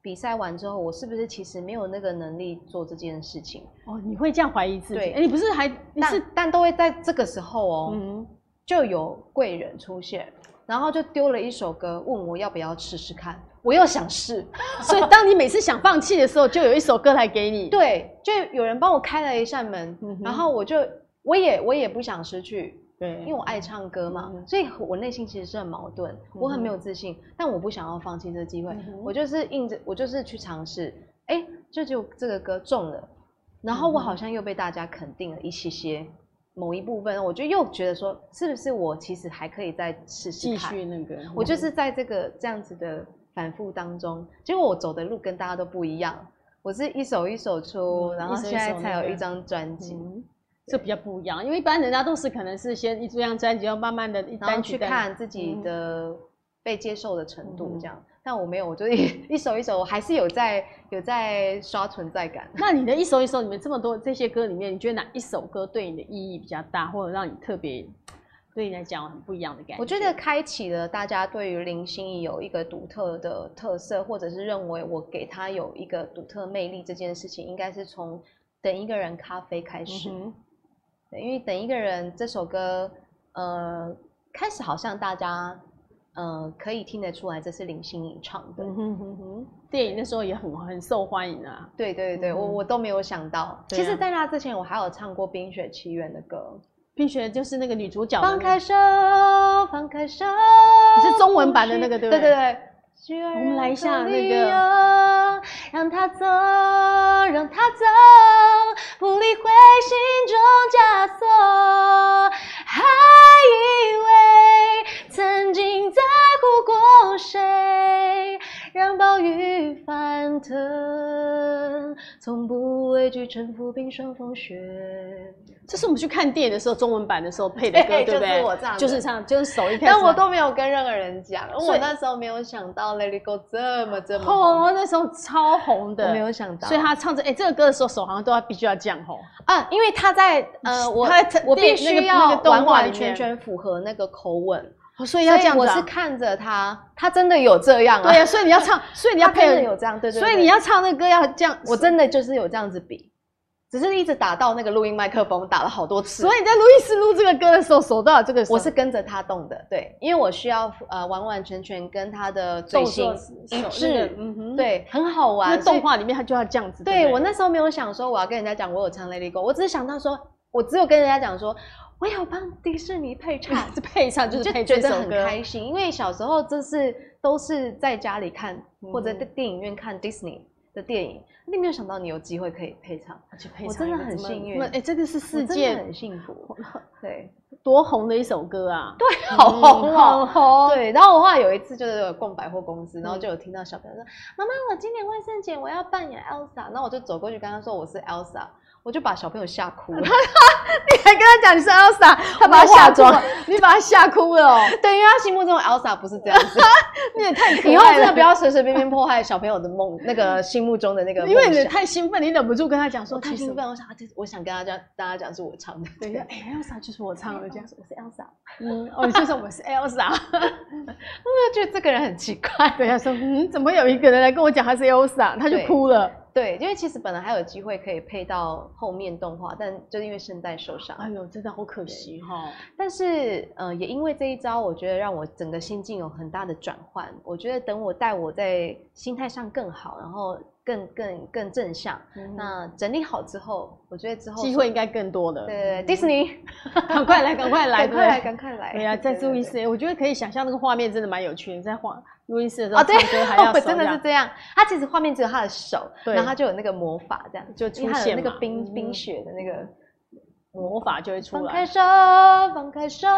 S2: 比赛完之后，我是不是其实没有那个能力做这件事情？
S1: 哦，你会这样怀疑自己？
S2: 对
S1: 哎、你不是还你
S2: 但
S1: 是
S2: 但都会在这个时候哦，
S1: 嗯，
S2: 就有贵人出现，然后就丢了一首歌，问我要不要试试看，我又想试。
S1: 所以当你每次想放弃的时候，就有一首歌来给你。，
S2: 对，就有人帮我开了一扇门，
S1: 嗯哼
S2: 然后我就我也我也不想失去，
S1: 对
S2: 因为我爱唱歌嘛，
S1: 嗯哼
S2: 所以我内心其实是很矛盾，我很没有自信，但我不想要放弃这个机会，
S1: 嗯哼
S2: 我就是硬着，我就是去尝试，哎，就就这个歌中了，然后我
S1: 嗯哼
S2: 好像又被大家肯定了一些些。某一部分，我就又觉得说，是不是我其实还可以再试试
S1: 继
S2: 看？
S1: 续那个，
S2: 我就是在这个这样子的反复当中，结果我走的路跟大家都不一样。我是一首一首出，
S1: 嗯
S2: 然后
S1: 一首一
S2: 现在
S1: 首
S2: 才
S1: 那
S2: 有
S1: 个
S2: 一张专辑，
S1: 嗯，这比较不一样，因为一般人家都是可能是先一张专辑，要慢慢的一
S2: 然后
S1: 单曲
S2: 去
S1: 单曲
S2: 看自己
S1: 嗯
S2: 的被接受的程
S1: 嗯
S2: 度
S1: 哼
S2: 这样。但我没有，我就 一一首一首，我还是有在有在刷存在感。
S1: 那你的一首一首里面这么多这些歌里面，你觉得哪一首歌对你的意义比较大，或者让你特别对你来讲有很不一样的感觉？
S2: 我觉得开启了大家对于林心怡有一个独特的特色，或者是认为我给她有一个独特魅力这件事情，应该是从《等一个人咖啡》开始。
S1: 嗯
S2: 对，因为等一个人这首歌，呃，开始好像大家，呃，可以听得出来这是林心怡唱
S1: 哼
S2: 的。
S1: 嗯哼哼哼，电影那时候也很很受欢迎啊。
S2: 对对对，我
S1: 嗯哼
S2: 我都没有想到。
S1: 对
S2: 其实，
S1: 啊
S2: 在那之前，我还有唱过《冰雪奇缘》的歌。
S1: 冰雪就是那个女主角的那
S2: 放
S1: 个，
S2: 开手，放开手。你
S1: 是中文版的那个对不
S2: 对
S1: 对
S2: 对对。
S1: 我们来一下那个
S2: 需要任何理由哦让他走，让他走，不理会心中枷锁，还以为曾经在乎过谁，让暴雨翻腾，从不畏惧乘浮冰霜风雪。
S1: 这是我们去看电影的时候中文版的时候配的歌，
S2: 嘿
S1: 对
S2: 嘿
S1: 不
S2: 就是
S1: 对？
S2: 我唱的
S1: 就是唱，就是手一开始
S2: 但
S1: 唱。
S2: 我都没有跟任何人讲，
S1: 所
S2: 我
S1: 以
S2: 那时候没有想到《Let It Go》这么这么红，
S1: 哦，那时候超红
S2: 我
S1: 的，
S2: 没有想到。
S1: 所以她唱着哎、这个歌的时候，手好像都要必须要这样吼。
S2: 啊，因为他在呃，我
S1: 他在
S2: 我必
S1: 电那
S2: 须
S1: 个
S2: 要
S1: 那个动画
S2: 完完
S1: 里
S2: 全
S1: 面
S2: 全符合那个口吻，
S1: 哦所以要这样子、
S2: 我
S1: 啊。
S2: 是看着他，他真的有这样啊，
S1: 对呀、所以你要唱，所以你
S2: 他
S1: 要
S2: 真
S1: 配
S2: 的
S1: 合
S2: 有这样，对对，
S1: 所以
S2: 对
S1: 你要唱那个歌要这样，
S2: 我真的就是有这样子比，只是一直打到那个录音麦克风，打了好多次。
S1: 所以你在录音室录这个歌的时候，手都有这个手，
S2: 我是跟着他动的，对，因为我需要呃完完全全跟他的最
S1: 动
S2: 新
S1: 作
S2: 一
S1: 手那
S2: 致
S1: 个，嗯哼，
S2: 对，很好
S1: 那
S2: 玩。所以
S1: 动画里面它就要这样子。
S2: 对
S1: 不
S2: 我那时候没有想说我要跟人家讲我有唱《Lady Go》，我只是想到说，我只有跟人家讲说我有帮迪士尼配唱，
S1: 是配上就是配
S2: 就
S1: 这
S2: 觉得
S1: 首
S2: 很
S1: 歌，
S2: 开心，因为小时候就是都是在家里看或者在电影院看 Disney 的电影，你没有想到你有机会可以啊配唱，
S1: 去配
S2: 我
S1: 上
S2: 真
S1: 一
S2: 的
S1: 个
S2: 很
S1: 这么
S2: 幸运
S1: 那哎，这个是世
S2: 我真的
S1: 界
S2: 很幸福， 对，
S1: 多红的一首歌啊，
S2: 对，好红
S1: 嗯
S2: 哦。嗯
S1: 好红，
S2: 对，然后的话有一次就是有逛百货公司，然后就有听到小朋友说：“妈妈，我今年万圣节我要扮演 Elsa。”然后我就走过去跟他说我是 Elsa，我就把小朋友吓哭 了。
S1: 你还跟他讲你是 Elsa，他把他吓哭了，你把他吓哭 了哦，
S2: 对，因为他心目中的 Elsa 不是这样 子。
S1: 你也太可爱了。
S2: 以后真的不要随随便便破坏小朋友的梦，那个心目中的那个梦
S1: 因为你
S2: 想。
S1: 太兴奋，你忍不住跟他讲说，
S2: 我太
S1: 其实
S2: 兴奋，我想啊，这我想跟大家大家讲是我唱的。
S1: 对，就哎，Elsa 就是我唱的这 样。
S2: 我是 Elsa，
S1: 嗯，哦，你就说我是 Elsa，
S2: 我就觉得这个人很奇怪。
S1: 对他说，嗯，怎么有一个人来跟我讲他是 Elsa，他就
S2: 对
S1: 哭了。
S2: 对，因为其实本来还有机会可以配到后面动画，但就是因为声带受伤，
S1: 哎呦，真的好可惜哈。
S2: 但是，呃，也因为这一招，我觉得让我整个心境有很大的转换。我觉得等我带我在心态上更好，然后更更更正向，
S1: 那
S2: 那整理好之后，我觉得之
S1: 嗯
S2: 后
S1: 机会应该更多的。
S2: 对对对，迪士尼，
S1: 赶快来，赶快来，
S2: 赶快来，
S1: 对
S2: 赶快来，
S1: 对啊呀，在录音
S2: 对
S1: 室，我觉得可以想象那个画面真的蛮有趣的，在画录音室的时候
S2: 哦，对
S1: 唱歌还要，
S2: 我
S1: 手
S2: 真的
S1: 这
S2: 是
S1: 样
S2: 这样。他其实画面只有他的手，
S1: 对
S2: 然后他就有那个魔法，这样
S1: 就
S2: 因
S1: 出
S2: 为他有
S1: 现
S2: 那个
S1: 嘛
S2: 冰
S1: 嗯
S2: 冰雪的那个。
S1: 魔法就会出
S2: 放开
S1: 来，
S2: 手，放开手。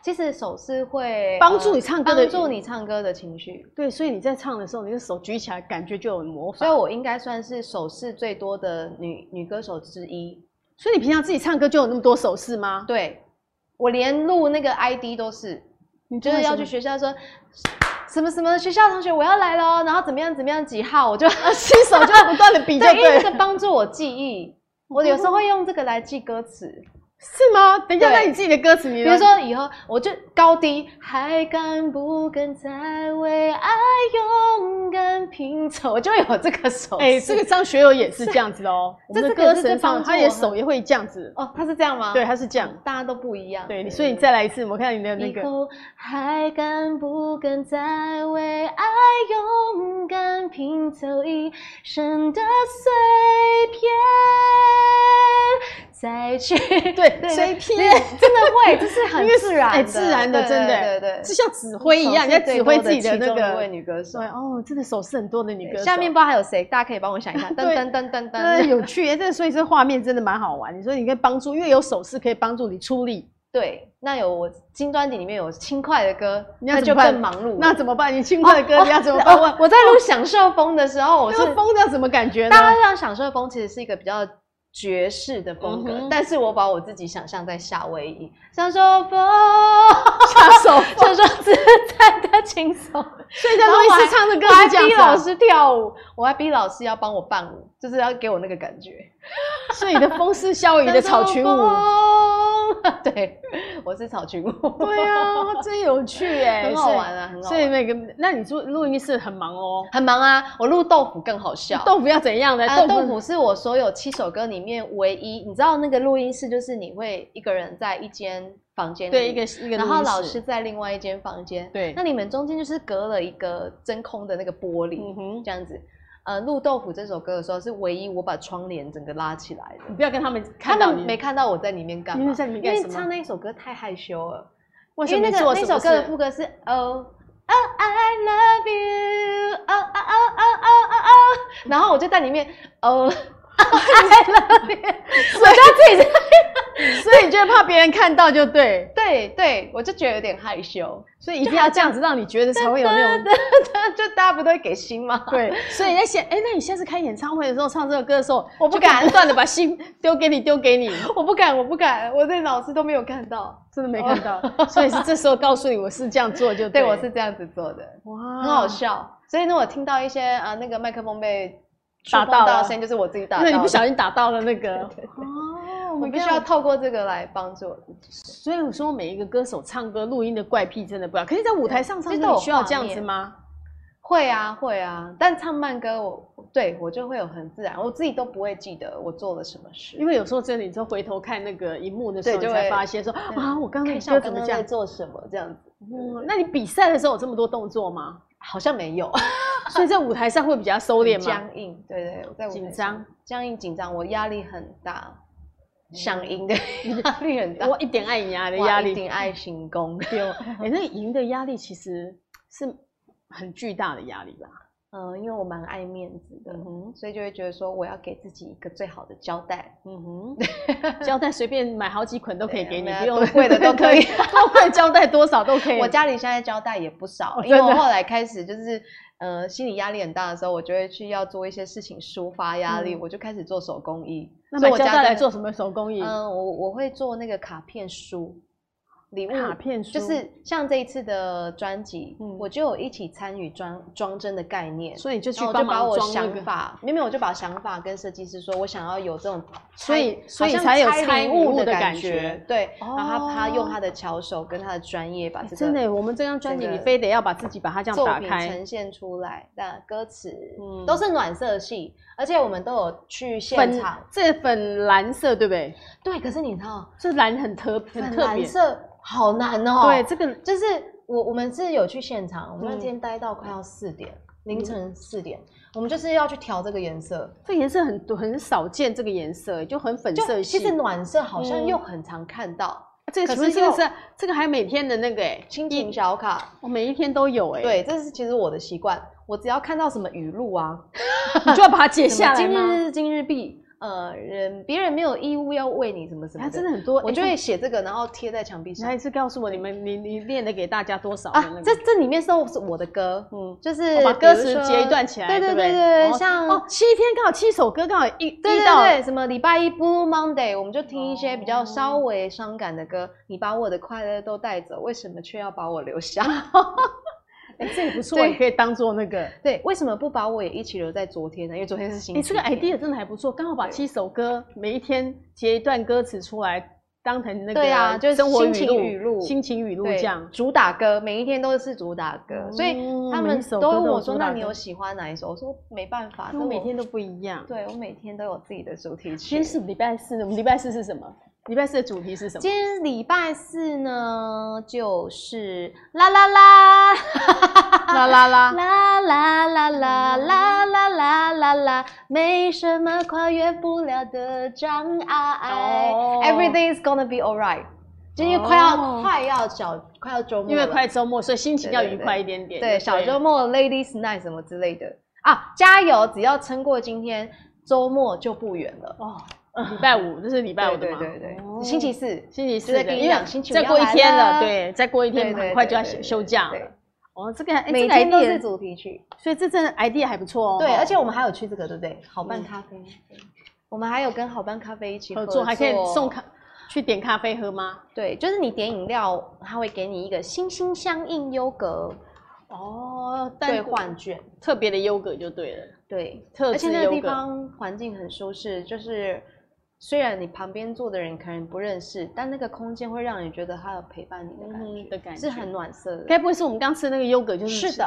S2: 其实手是会
S1: 帮助
S2: 呃
S1: 你唱歌的
S2: 帮助你唱歌的情绪。
S1: 对，所以你在唱的时候，你的手举起来，感觉就有魔法
S2: 所以。我应该算是手势最多的女女歌手之一。
S1: 所以你平常自己唱歌就有那么多手势吗？
S2: 对，我连录那个 ID 都是，
S1: 你
S2: 就
S1: 真的
S2: 是要
S1: 什
S2: 去
S1: 么
S2: 学校说什么什么学校同学我要来喽，然后怎么样怎么样几号，我就
S1: 啊新手 就要不断的比较
S2: 对，因为这
S1: 对哦
S2: 个帮助我记忆。我有时候会用这个来记歌词，
S1: 是吗？等一下，
S2: 对
S1: 那你自己的歌词，
S2: 比
S1: 比
S2: 如说以后我就高低，还敢不敢再为爱勇敢拼凑，我就有这个手势。
S1: 哎、这个张学友也是这样子的哦。我们
S2: 这
S1: 的
S2: 这个
S1: 歌
S2: 是
S1: 神
S2: 帮
S1: 上，
S2: 助
S1: 他也
S2: 我
S1: 手也会这样子。
S2: 哦，他是这样吗？
S1: 对，他是这样。
S2: 大家都不一样。
S1: 对，所以你再来一次，我看你的那
S2: 以
S1: 个。
S2: 后还敢不敢再为爱勇敢拼凑一生的碎片，再去
S1: 对，随
S2: 对
S1: 便，
S2: 真的会，这是很
S1: 因为
S2: 自然的，
S1: 哎自然的
S2: 对
S1: 真的
S2: 对对对
S1: 是像指挥一样，你在指挥自己的那
S2: 手是最多的其中一位
S1: 个。
S2: 女歌手
S1: 对。哦，真的手势很多的女歌手。
S2: 下面不知道还有谁，大家可以帮我 想一下。噔
S1: 对
S2: 噔噔噔
S1: 呃
S2: 噔，
S1: 有趣耶，这所以这画面真的蛮好玩。你说你可以帮助，因为有手势可以帮助你出力。
S2: 对，那有我新专辑里面有轻快的歌，
S1: 你要
S2: 那
S1: 怎
S2: 就
S1: 么办
S2: 更忙碌。
S1: 那怎么办？你 轻快的歌你要怎么办？
S2: 哦我我在录《享受风》的时候，我
S1: 那
S2: 是
S1: 个风要怎么感觉呢？
S2: 大家让享受风其实是一个比较爵士的风格，
S1: 嗯哼
S2: 但是我把我自己想象在夏威夷，享受风，
S1: 下 手，
S2: 享受自在的轻松。
S1: 所以在录音室唱的歌
S2: 我还
S1: 是这样
S2: 逼
S1: 子
S2: 老
S1: 啊。
S2: 师跳舞，我还逼老师要帮我伴舞，就是要给我那个感觉。
S1: 所以你的风是夏 威夷的草裙
S2: 享受
S1: 舞。
S2: 风， 对，我是草裙舞，
S1: 对啊，真有趣哎、
S2: 很好玩啊，很好
S1: 所以。所以
S2: 玩。
S1: 每个，那你录录音室很忙哦。
S2: 很忙啊，我录豆腐更好笑。
S1: 豆腐要怎样呢？
S2: 啊，豆
S1: 豆
S2: 腐
S1: 腐
S2: 是我所有七首歌里面唯一，你知道那个录音室就是你会一个人在一间房间里，
S1: 对一个，一个，
S2: 然后老师，在另外一间房间，
S1: 对
S2: 那你们中间就是隔了一个真空的那个玻璃，
S1: 嗯哼，
S2: 这样子。呃，录豆腐这首歌的时候是唯一我把窗帘整个拉起来
S1: 你
S2: 的，
S1: 不要跟他们
S2: 他
S1: 看到
S2: 们
S1: 你，
S2: 没看到我在里面干
S1: 你们
S2: 嘛，
S1: 在里面
S2: 因
S1: 干
S2: 为
S1: 什
S2: 唱
S1: 么？
S2: 那一首歌太害羞了。
S1: 为什
S2: 因
S1: 么
S2: 为
S1: 你
S2: 那
S1: 做
S2: 个
S1: 了
S2: 那
S1: 什么
S2: 首
S1: 事
S2: 歌的副歌是 Oh Oh I love you Oh Oh Oh Oh Oh Oh Oh，然后我就在里面 Oh I love you，我 就自己在
S1: 所以你就怕别人看到就对，
S2: 对对，我就觉得有点害羞，
S1: 所以 一定要这样子让你觉得才会有那种
S2: 就大家不都会给心吗？
S1: 对。 所以你在想，哎、那你下次开演唱会的时候唱这个歌的时候，
S2: 我不
S1: 就可以
S2: 敢
S1: 不断的把心 丢给你，丢给你，
S2: 我不敢，我不敢，我对老师都没有看到，
S1: 真的没看到。所以是这时候告诉你，我是这样做就
S2: 对
S1: 哦 对
S2: 啊我是这样子做的，
S1: 哇，
S2: 很好笑。所以呢，我听到一些啊那个麦克风被触
S1: 打
S2: 碰
S1: 到
S2: 到的
S1: 了
S2: 声音，就是我自己打到
S1: 那
S2: 的。
S1: 你不小心打到了那个
S2: 对
S1: 哦，我
S2: 我
S1: 们必
S2: 必
S1: 须
S2: 须要
S1: 要。
S2: 透过这个来帮助我自己。
S1: 所以我说，每一个歌手唱歌录音的怪癖真的不要，可是，在舞台上唱
S2: 这
S1: 歌
S2: 都
S1: 你
S2: 有
S1: 需要
S2: 画
S1: 这样子
S2: 面
S1: 吗？
S2: 会啊，会啊，但唱慢歌我对我就会有很自然，我自己都不会记得我做了什么事。
S1: 因为有时候真的，你就回头看那个荧幕的时候，你
S2: 对就
S1: 才
S2: 会
S1: 发现说
S2: 对
S1: 啊，我刚
S2: 看
S1: 刚
S2: 一下
S1: 歌
S2: 我
S1: 怎
S2: 刚
S1: 么
S2: 刚
S1: 讲
S2: 在？做什么，这样子
S1: 嗯，那你比赛的时候有这么多动作吗？
S2: 好像没有，
S1: 所以在舞台上会比较收敛
S2: 很
S1: 吗？
S2: 僵硬。对对，我在舞台
S1: 紧
S2: 上
S1: 张，
S2: 僵硬紧张，我压力很大，想赢的压力很大，
S1: 我一点爱你啊的
S2: 哇
S1: 压
S2: 一
S1: 力
S2: 定，爱行功。
S1: 丢。哎，那赢的压力其实是很巨大的压力吧？
S2: 嗯，因为我蛮爱面子的，
S1: 嗯哼，
S2: 所以就会觉得说我要给自己一个最好的交代。
S1: 嗯哼， 胶带随便买好几捆都可以
S2: 对
S1: 给你，
S2: 没有
S1: 不用
S2: 多贵的都可以
S1: 对多贵的胶带多少都可以。
S2: 我家里现在交代也不少，
S1: 哦
S2: 因为
S1: 真
S2: 我
S1: 的
S2: 后来开始就是，呃，心理压力很大的时候，我就会去要做一些事情抒发压力，
S1: 嗯
S2: 我就开始做手工艺。
S1: 那
S2: 所
S1: 买
S2: 以我
S1: 胶
S2: 家
S1: 带来
S2: 真的
S1: 做什么手工艺？
S2: 嗯，我我会做那个卡片书，礼物
S1: 卡片书
S2: 就是像这一次的专辑，
S1: 嗯
S2: 我就有一起参与装装帧的概念。
S1: 所以你就去
S2: 然后我
S1: 帮
S2: 就把
S1: 忙
S2: 我
S1: 装那
S2: 想
S1: 个，
S2: 法，没有没有，我就把想法跟设计师说，我想要有这种
S1: 所
S2: 拆，
S1: 以所以
S2: 好像
S1: 才有拆
S2: 拆
S1: 礼物
S2: 物
S1: 的
S2: 感
S1: 感觉
S2: 对，然后他他
S1: 哦
S2: 用他的巧手跟他的专业把
S1: 哎
S2: 这个
S1: 真的，我们这张专辑
S2: 这个
S1: 你非得要把自己把它这样
S2: 作
S1: 打
S2: 品
S1: 开，
S2: 呈现出来的歌词，
S1: 嗯
S2: 都是暖色系，而且我们都有去现
S1: 粉
S2: 场。
S1: 这粉蓝色对不对？
S2: 对，可是你知道，
S1: 这蓝很特很
S2: 粉
S1: 特
S2: 蓝
S1: 别，
S2: 色好难哦。
S1: 对，这个
S2: 就是我我们是有去现场，我
S1: 嗯
S2: 们那天待到快要四点，凌晨四点，我们就是要去调这个颜色。
S1: 这颜色很多很少见，这个颜色就很粉色
S2: 就
S1: 系。
S2: 其实暖色好像
S1: 嗯
S2: 又很常看到，
S1: 这个
S2: 可
S1: 请问
S2: 是
S1: 这个
S2: 又
S1: 是这个还每天的那个哎，
S2: 亲情小卡，
S1: 我每一天都有哎，，
S2: 对，这是其实我的习惯。我只要看到什么语录啊，
S1: 你就要把它解
S2: 什么
S1: 下来
S2: 今
S1: 吗？
S2: 日今日毕，呃，人别人没有义务要为你什么什么
S1: 它
S2: 啊的，
S1: 真的很多，
S2: 我
S1: 哎
S2: 就会写这个，然后贴在墙壁
S1: 你还
S2: 上。
S1: 是告诉我你们你你练的给大家多少的那
S2: 啊
S1: 个，
S2: 这这里面都是我的歌，
S1: 嗯，
S2: 就是
S1: 我把
S2: 比如
S1: 歌词
S2: 说
S1: 截一段起来，
S2: 对
S1: 对
S2: 对
S1: 不
S2: 对
S1: 哦
S2: 对，像
S1: 哦七天刚好七首歌刚好一
S2: 对
S1: 一
S2: 对
S1: 到
S2: 对，什么礼拜一 Blue Monday，我们就听一些比较稍
S1: 哦
S2: 微伤感的歌。你把我的快乐都带走，为什么却要把我留下？
S1: 哎这个不错，
S2: 对
S1: 你可以当做那个。
S2: 对，为什么不把我也一起留在昨天呢？因为昨天是星期
S1: 你这个
S2: 天
S1: idea 真的还不错，刚好把
S2: 对
S1: 七首歌每一天截一段歌词出来，当成那个
S2: 对啊就是
S1: 生活
S2: 心情语录
S1: 心情语录
S2: 对
S1: 这样。
S2: 主打歌，每一天都是主打歌，所以
S1: 嗯
S2: 他
S1: 每
S2: 们
S1: 一首
S2: 都
S1: 歌
S2: 会问
S1: 都有
S2: 我说
S1: 主：“打
S2: 那你
S1: 歌
S2: 有喜欢哪一首？”我说：“没办法，
S1: 因
S2: 这
S1: 为每天都不一样。
S2: 对我每天都有自己的主题
S1: 今
S2: 曲
S1: 天。是礼拜四，我们礼拜四是什么？礼拜四的主题是什么
S2: 今？天礼拜四呢，就是啦啦啦
S1: 啦啦啦！
S2: 啦啦啦啦啦啦啦啦啦，没什么跨越不了的障碍。
S1: 哦
S2: Everything is gonna be alright，就因为快要、
S1: 哦
S2: 快要小快要周末了，
S1: 因为快周末，所以心情
S2: 对
S1: 要
S2: 对
S1: 愉
S2: 对
S1: 快一点点。
S2: 对，小周
S1: 末
S2: 末 Ladies Night 什么之类的啊，加油！只要撑过今天，周末就不远了。
S1: 哦，礼拜五这是礼拜五的
S2: 对
S1: 嘛？
S2: 对对对，
S1: 哦
S2: 星期四。
S1: 星期四
S2: 就在
S1: 的，
S2: 跟你
S1: 因为
S2: 讲星期五
S1: 再
S2: 要
S1: 过一
S2: 来
S1: 天了，
S2: 了
S1: 对，再过一天
S2: 对对
S1: 很快
S2: 对
S1: 就要
S2: 对
S1: 休
S2: 对
S1: 休假
S2: 对
S1: 了。哦，这个哎
S2: 每
S1: 这个
S2: 天都
S1: idea
S2: 是主题曲，
S1: 所以这真的 idea 还不错哦。
S2: 对，而且我们还有去这个，对不对？好伴
S1: 嗯
S2: 咖啡，我们还有跟好伴咖啡一起
S1: 合
S2: 合
S1: 作还可以送
S2: 咖。
S1: 咖去点咖啡喝吗？
S2: 对，就是你点饮料，他会给你一个心心相印优格
S1: 哦，
S2: 兑
S1: 但
S2: 换券，
S1: 特别的优格就对了，
S2: 对，
S1: 特
S2: 而且
S1: 制
S2: 那个
S1: 优
S2: 地
S1: 格。
S2: 方环境很舒适，就是虽然你旁边坐的人可能不认识，但那个空间会让你觉得他有陪伴你的感
S1: 嗯
S2: 觉，
S1: 的感
S2: 是
S1: 觉
S2: 很暖色的。
S1: 该不会是我们刚吃的那个优格就是？
S2: 是。的，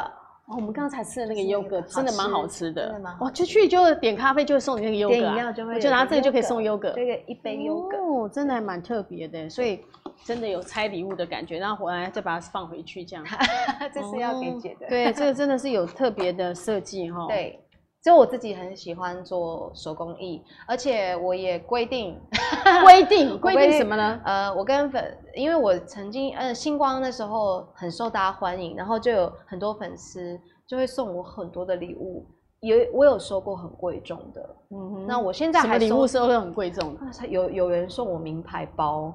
S1: 哦，我们刚才吃的那个
S2: 是那
S1: 优
S2: 个
S1: 格
S2: 好
S1: 真的蛮
S2: 吃
S1: 好吃的，
S2: 真的蛮好
S1: 哇，就去就点咖啡就会送你那个优格、啊，
S2: 点饮料就会
S1: 我
S2: 有
S1: 就
S2: 一
S1: 拿
S2: 个
S1: 这个就可以
S2: 优格
S1: 送优格，
S2: 这个一杯优格，
S1: 哦，真的还蛮特别的，所以真的有拆礼物的感觉，然后回来再把它放回去这样，
S2: 这是要给姐的。
S1: 哦对，这个真的是有特别的设计哈，，
S2: 对，就我自己很喜欢做手工艺，而且我也规定，
S1: 规定规
S2: 规
S1: 定
S2: 定
S1: 什么呢？
S2: 呃，我跟粉，因为我曾经，呃，星光那时候很受大家欢迎，然后就有很多粉丝就会送我很多的礼物，也我有收过很贵重的。
S1: 嗯哼
S2: 那我现在
S1: 什么
S2: 还
S1: 礼
S2: 收
S1: 物是会很贵重的？
S2: 啊有有人送我名牌包，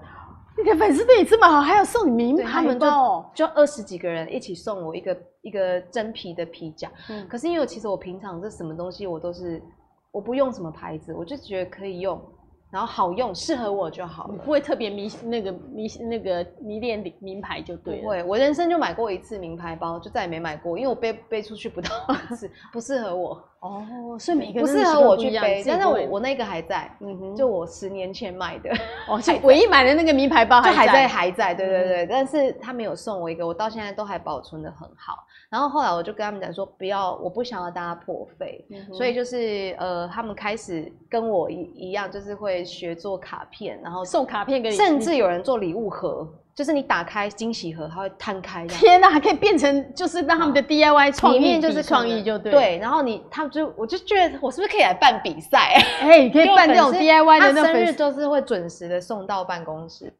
S1: 你的粉丝对你这么好，还有送你名
S2: 对他
S1: 牌
S2: 们就
S1: 包哦。
S2: 就二十几个人一起送我一个一个真皮的皮夹。
S1: 嗯
S2: 可是因为其实我平常这什么东西我都是我不用什么牌子，我就觉得可以用，然后好用，适合我就好
S1: 你
S2: 了。
S1: 不会特别迷那个迷那个迷恋名牌就
S2: 不
S1: 对了。
S2: 会，我人生就买过一次名牌包，就再也没买过，因为我背背出去不到一次， 不适合我，
S1: 哦，所以每个人
S2: 不
S1: 的
S2: 适
S1: 习
S2: 合
S1: 惯
S2: 我
S1: 不
S2: 去
S1: 一样
S2: 背。但是我
S1: 我
S2: 我那个还在，
S1: 嗯哼，
S2: 就
S1: 就
S2: 我十年前买的，
S1: 哦，就唯一买的那个名牌包
S2: 就还在
S1: 在，
S2: 还在，对对
S1: 嗯
S2: 对。但是他没有送我一个，我到现在都还保存的很好。然后后来我就跟他们讲说，不要，我不想要大家破费。
S1: 嗯哼
S2: 所以就是呃，他们开始跟我一一样，就是会学做卡片，然后
S1: 送卡片给你，
S2: 甚至有人做礼物盒，就是你打开惊喜盒，它会摊开这样。
S1: 天哪，还可以变成就是让他们的 DIY 创意
S2: 里面
S1: 比
S2: 就是可
S1: 创意
S2: 能
S1: 啊就对。，
S2: 对，然后你他们就我就觉得我是不是可以来办比 赛？
S1: 哎，可以
S2: 就
S1: 办这
S2: 粉
S1: 种
S2: 丝
S1: DIY
S2: 他
S1: 的那
S2: 生日
S1: 粉丝，
S2: 就是会准时的送到办公室。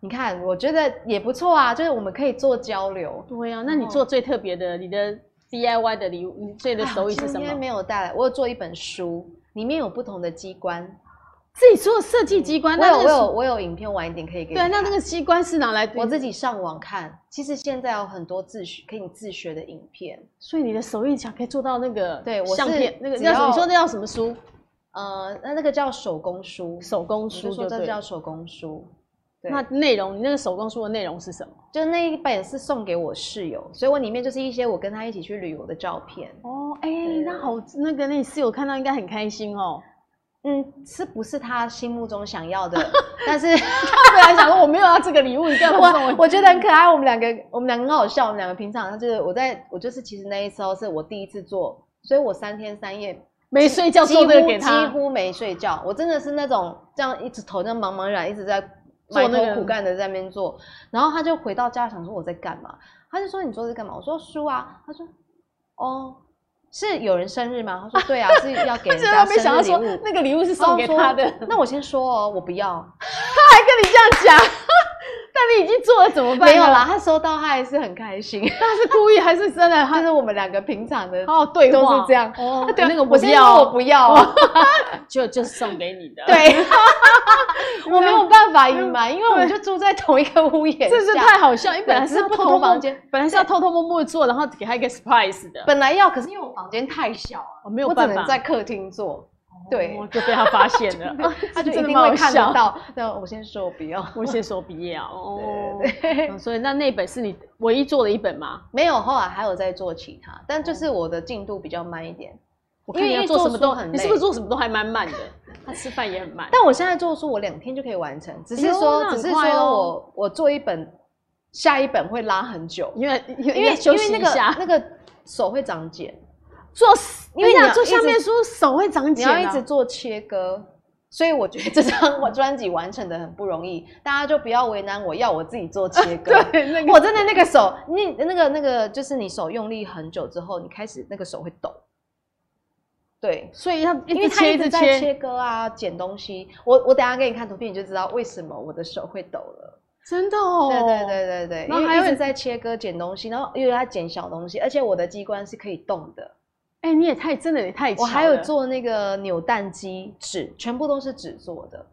S2: 你看，我觉得也不错啊，就是我们可以做交流。
S1: 对啊呀，那你做最特别的，你的 DIY 的礼物，你最的
S2: 哎
S1: 手艺是什
S2: 今天
S1: 么？
S2: 没有带来，我有做一本书，里面有不同的机关。
S1: 自己做设计机关，
S2: 我
S1: 那那
S2: 有我
S1: 个
S2: 有
S1: 是
S2: 我有影片晚一点可以给你
S1: 对啊，
S2: 看。
S1: 那那个机关是拿来
S2: 我自己上网看，其实现在有很多自学可以你自学的影片。
S1: 所以你的手艺强可以做到那个
S2: 对我是
S1: 相片那个
S2: 只
S1: 叫什么？
S2: 要
S1: 你说那叫什么书？
S2: 呃，那那个叫手工书，
S1: 手工
S2: 我就
S1: 书
S2: 说
S1: 就
S2: 这
S1: 对
S2: 叫
S1: 了。
S2: 手工书。对
S1: 那内容，你那个手工书的内容是什么？
S2: 就那一本是送给我室友，所以我里面就是一些我跟他一起去旅游的照片。
S1: 哦，哎、
S2: 对
S1: 那好，那个那室友看到应该很开心哦。
S2: 嗯，是不是他心目中想 要的？但是
S1: 他本来想说我没有要这嗯个礼物，你干 嘛送
S2: 我
S1: 我？
S2: 我觉得很可爱。我们两个，我们两个很好笑。我们两个平常就是我在我就是其实那一次哦，是我第一次做，所以我三天三夜
S1: 没睡觉
S2: 几
S1: 送这个
S2: 乎
S1: 给
S2: 几
S1: 他，
S2: 乎没睡觉。我真的是那种这样一直头这样茫茫然一直在
S1: 做
S2: 埋
S1: 那个
S2: 头苦干的在那边做。然后他就回到家想说我在干嘛？他就说你做这干嘛？我说书啊。他说哦，是有人生日吗？他 说对啊，是要给人
S1: 竟然
S2: 家
S1: 没想
S2: 生
S1: 到
S2: 日礼
S1: 说
S2: 物。
S1: 那个礼物是
S2: 然
S1: 送
S2: 后
S1: 给他的，
S2: 说那我先说哦，我不要。
S1: 还跟你这样讲， 但你已经做了怎么办？啊
S2: 没有啦，，他收到他还是很开心。
S1: 他是故意还是真的？
S2: 就
S1: 他
S2: 是我们两个平常的，
S1: 好好对话，
S2: 都是这样
S1: 哦
S2: 对，啊
S1: 那个我
S2: 我
S1: 不
S2: 先说
S1: 要，
S2: 我不要哦，
S1: 就就是送给你 的。，
S2: 对，我没有办法隐瞒，因为我们
S1: 对
S2: 就住在同一个屋檐下，
S1: 嗯这是太好笑，因为本来
S2: 对
S1: 是
S2: 这
S1: 要
S2: 是不
S1: 偷
S2: 同
S1: 偷
S2: 房
S1: 摸
S2: 间，
S1: 本来是要偷偷摸摸的做，然后给他一个 surprise 的，
S2: 本来要，可是因为我房间太小了，
S1: 我没有
S2: 我只
S1: 办
S2: 能
S1: 法，
S2: 在客厅做，对，
S1: 哦，就被他发现了 哦
S2: 他就一
S1: 真的
S2: 定
S1: 蛮好
S2: 会看
S1: 笑
S2: 得。到。那我先说我不要，
S1: 我先说毕业啊，哦，
S2: 对对对
S1: 嗯所以那那本是你唯一做的一本吗？
S2: 没有，后来还有在做其他，但就是我的进度比较慢一点。
S1: 我
S2: 因
S1: 看
S2: 为
S1: 你要
S2: 一
S1: 做
S2: 做
S1: 什么都
S2: 书很
S1: 你是不是
S2: 累
S1: 做什么都还蛮慢的？他吃饭也很慢，
S2: 但我现在做书，我两天就可以完成，只
S1: 哎
S2: 是
S1: 呦
S2: 说，
S1: 那
S2: 只
S1: 很
S2: 是
S1: 快
S2: 说
S1: 哦
S2: 我我做一本，下一本会拉很久，
S1: 因为因
S2: 因为
S1: 要休息
S2: 因为
S1: 一
S2: 那
S1: 下
S2: 个，那个手会长茧，
S1: 做
S2: 因
S1: 因
S2: 为
S1: 为
S2: 你要
S1: 要做
S2: 一直
S1: 下面书手会长
S2: 你
S1: 茧啊，
S2: 要一直做切割，所以我觉得这张我专辑完成的很不容易，大家就不要为难我，要我自己做切割。
S1: 对那个
S2: 我真的那个手，你那个那个就是你手用力很久之后，你开始那个手会抖。对，
S1: 所以要一
S2: 因为
S1: 直
S2: 它
S1: 切
S2: 一
S1: 直
S2: 直在
S1: 切，
S2: 切割啊，剪东西。我我等一下给你看图片，你就知道为什么我的手会抖了。
S1: 真的哦，
S2: 对对对对对，
S1: 然后
S2: 因为
S1: 还
S2: 一
S1: 有
S2: 直
S1: 你
S2: 在切割剪东西，然后因为它剪小东西，而且我的机关是可以动的，
S1: 哎，你也太真的也太巧
S2: 我
S1: 了，
S2: 还有做那个扭蛋机纸，全部都是纸做的，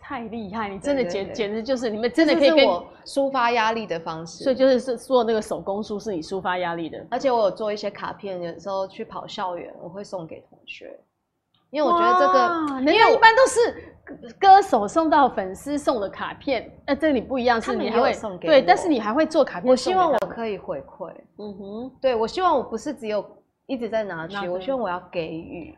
S1: 太厉害，你真的
S2: 对对
S1: 简
S2: 对
S1: 简直就是你们真的
S2: 这
S1: 可以
S2: 是
S1: 跟，
S2: 我抒发压力的方式。
S1: 所以就是是做那个手工书是你抒发压力的，
S2: 而且我有做一些卡片，有时候去跑校园，我会送给同学，因为我觉得这个，
S1: 哇
S2: 因
S1: 人
S2: 为
S1: 家一
S2: 我
S1: 般都是歌手送到粉丝送的卡片，呃，这里不一样，
S2: 他
S1: 是
S2: 们
S1: 你
S2: 也
S1: 还会
S2: 有送给
S1: 对，
S2: 我
S1: 但是你还会做卡片
S2: 我希
S1: 送给
S2: 望
S1: 他
S2: 我
S1: 们，
S2: 可以回馈，
S1: 嗯哼，
S2: 对我希望我不是只有一直在拿去
S1: 拿，着
S2: 我希望我要给予。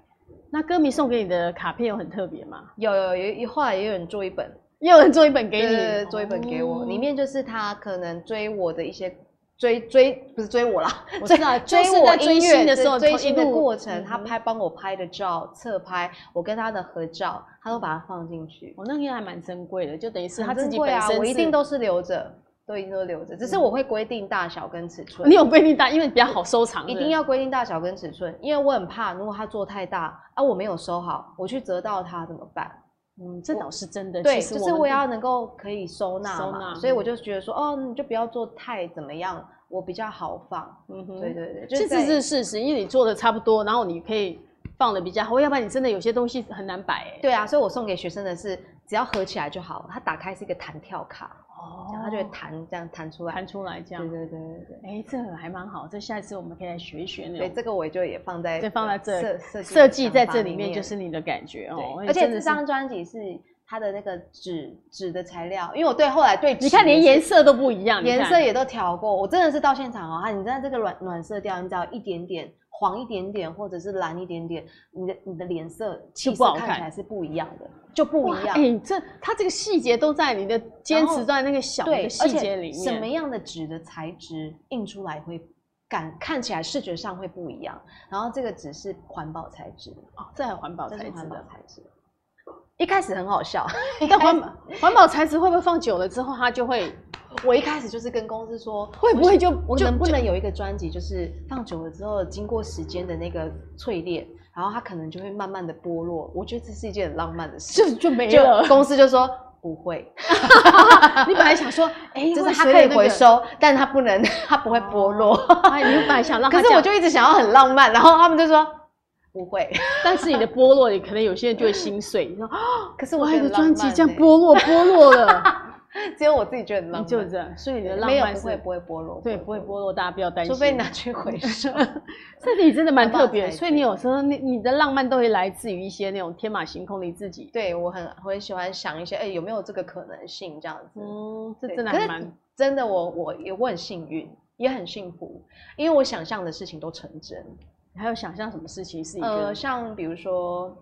S1: 那歌迷送给你的卡片有很特别吗？
S2: 有有有，后来也有人做一本，
S1: 也有人做一本给
S2: 对对
S1: 你
S2: 对，，做一本给我，
S1: 哦
S2: 里面就是他可能追我的一些追追不是追我啦，
S1: 我
S2: 追
S1: 知道
S2: 追
S1: 就是
S2: 我
S1: 在追
S2: 音
S1: 星
S2: 乐
S1: 的时
S2: 追
S1: 候
S2: 追
S1: 一
S2: 星的
S1: 路
S2: 过程，
S1: 嗯
S2: 他
S1: 哼
S2: 拍帮我拍的照、侧拍，我跟他的合照，他都把它放进去。
S1: 我那个还蛮珍贵的，就等于是他
S2: 很
S1: 自
S2: 珍
S1: 己
S2: 贵
S1: 本
S2: 啊
S1: 身，是
S2: 我一定都是留着，都一定都留着，只是我会规定大小跟尺 寸。
S1: 你有被你打，因为比较好收藏，
S2: 一
S1: 对
S2: 定要规定大小跟尺寸，因为我很怕，如果它做太大啊，我没有收好，我去折到它怎么办？
S1: 嗯，这倒是真的，
S2: 对，
S1: 其实
S2: 就是
S1: 们
S2: 我要能够可以收纳
S1: 收
S2: 嘛，
S1: 纳
S2: 所以我就觉得说，哦，你就不要做太怎么样，我比较好放。
S1: 嗯哼
S2: 对对对，就
S1: 这
S2: 在
S1: 只是事实，因为你做的差不多，然后你可以放的比较好，要不然你真的有些东西很难摆、欸。
S2: 对啊，所以我送给学生的是，只要合起来就好，它打开是一个弹跳卡，这样它就会弹这样弹出来。
S1: 哦弹出来这样
S2: 对。对对对对。
S1: 哎，这个还蛮好，这下一次我们可以来学一学那
S2: 对，
S1: 种
S2: 这个我就也放在
S1: 对放在这
S2: 设设计
S1: 设
S2: 的
S1: 计
S2: 想
S1: 在
S2: 法
S1: 这里面就是你的感觉哦
S2: 对，，
S1: 哎
S2: 而且
S1: 真的
S2: 这
S1: 是
S2: 张专辑是它的那个纸纸的材料，因为我对后来对
S1: 你看
S2: 纸
S1: 连
S2: 也
S1: 颜
S2: 是
S1: 色都不一样，你
S2: 颜
S1: 看
S2: 色也都调过，我真的是到现场哦，哈，你知道这个暖暖色调，你只要一点点黄一点点，或者是蓝一点点，你的你的脸色气
S1: 不
S2: 色
S1: 好
S2: 看
S1: 看
S2: 起来是不一样的，就不
S1: 哇
S2: 一样。
S1: 哎、这它这个细节都在你的坚
S2: 然
S1: 持
S2: 后
S1: 在那个小的，
S2: 对而
S1: 细节
S2: 且
S1: 里面。
S2: 什么样的纸的材质印出来会感看起来视觉上会不一样。然后这个纸是环保材质，
S1: 哦，这还环保
S2: 这
S1: 材
S2: 是
S1: 质
S2: 环保
S1: 的，
S2: 材质。一开始很 好笑，
S1: 但环保
S2: 哎
S1: 环保材质会不会放久了之后它就会
S2: 我一开始就是跟公司说，
S1: 会不会就
S2: 我
S1: 就
S2: 能不
S1: 就
S2: 能有一个专辑，就是放久了之后，经过时间的那个淬炼，然后它可能就会慢慢的剥落。我觉得这是一件很浪漫的事。
S1: 就就没
S2: 就
S1: 了？
S2: 公司就说不会，
S1: 你本来想说，哎、
S2: 就是
S1: 会
S2: 它
S1: 随
S2: 可
S1: 着
S2: 以
S1: 那
S2: 回
S1: 个，
S2: 收，但它不能，它不会剥落。
S1: 哎，你本来想让它
S2: 可
S1: 这
S2: 是我
S1: 样
S2: 就一直想要很浪漫，然后他们就说不会。
S1: 但是你的剥落，你可能有些人就会心碎，你说啊
S2: 可是我
S1: 我
S2: 觉得
S1: 的
S2: 很
S1: 专
S2: 浪
S1: 辑
S2: 漫
S1: 这样
S2: 欸
S1: 剥落剥落 了，
S2: 只有我自己觉得很浪
S1: 你
S2: 漫，
S1: 就这样，所以你的
S2: 对
S1: 浪
S2: 没有
S1: 漫
S2: 不
S1: 是
S2: 会不会剥落，
S1: 对不会剥落，大家不要担心，
S2: 除非拿 去回收。
S1: 这里真的蛮
S2: 环保
S1: 特别的，
S2: 材
S1: 所以你
S2: 质
S1: 有时候你你的浪漫都会来自于一些那种天马行空你自己。
S2: 对我很我很喜欢想一些，哎、有没有这个可能性这样子？
S1: 嗯，这
S2: 对
S1: 真的
S2: 可
S1: 还
S2: 是
S1: 蛮
S2: 真的我，我也我很幸运，也很幸福，因为我想象的事情都成真。
S1: 还有想象什么事情是你觉
S2: 呃，
S1: 得
S2: 像比如说，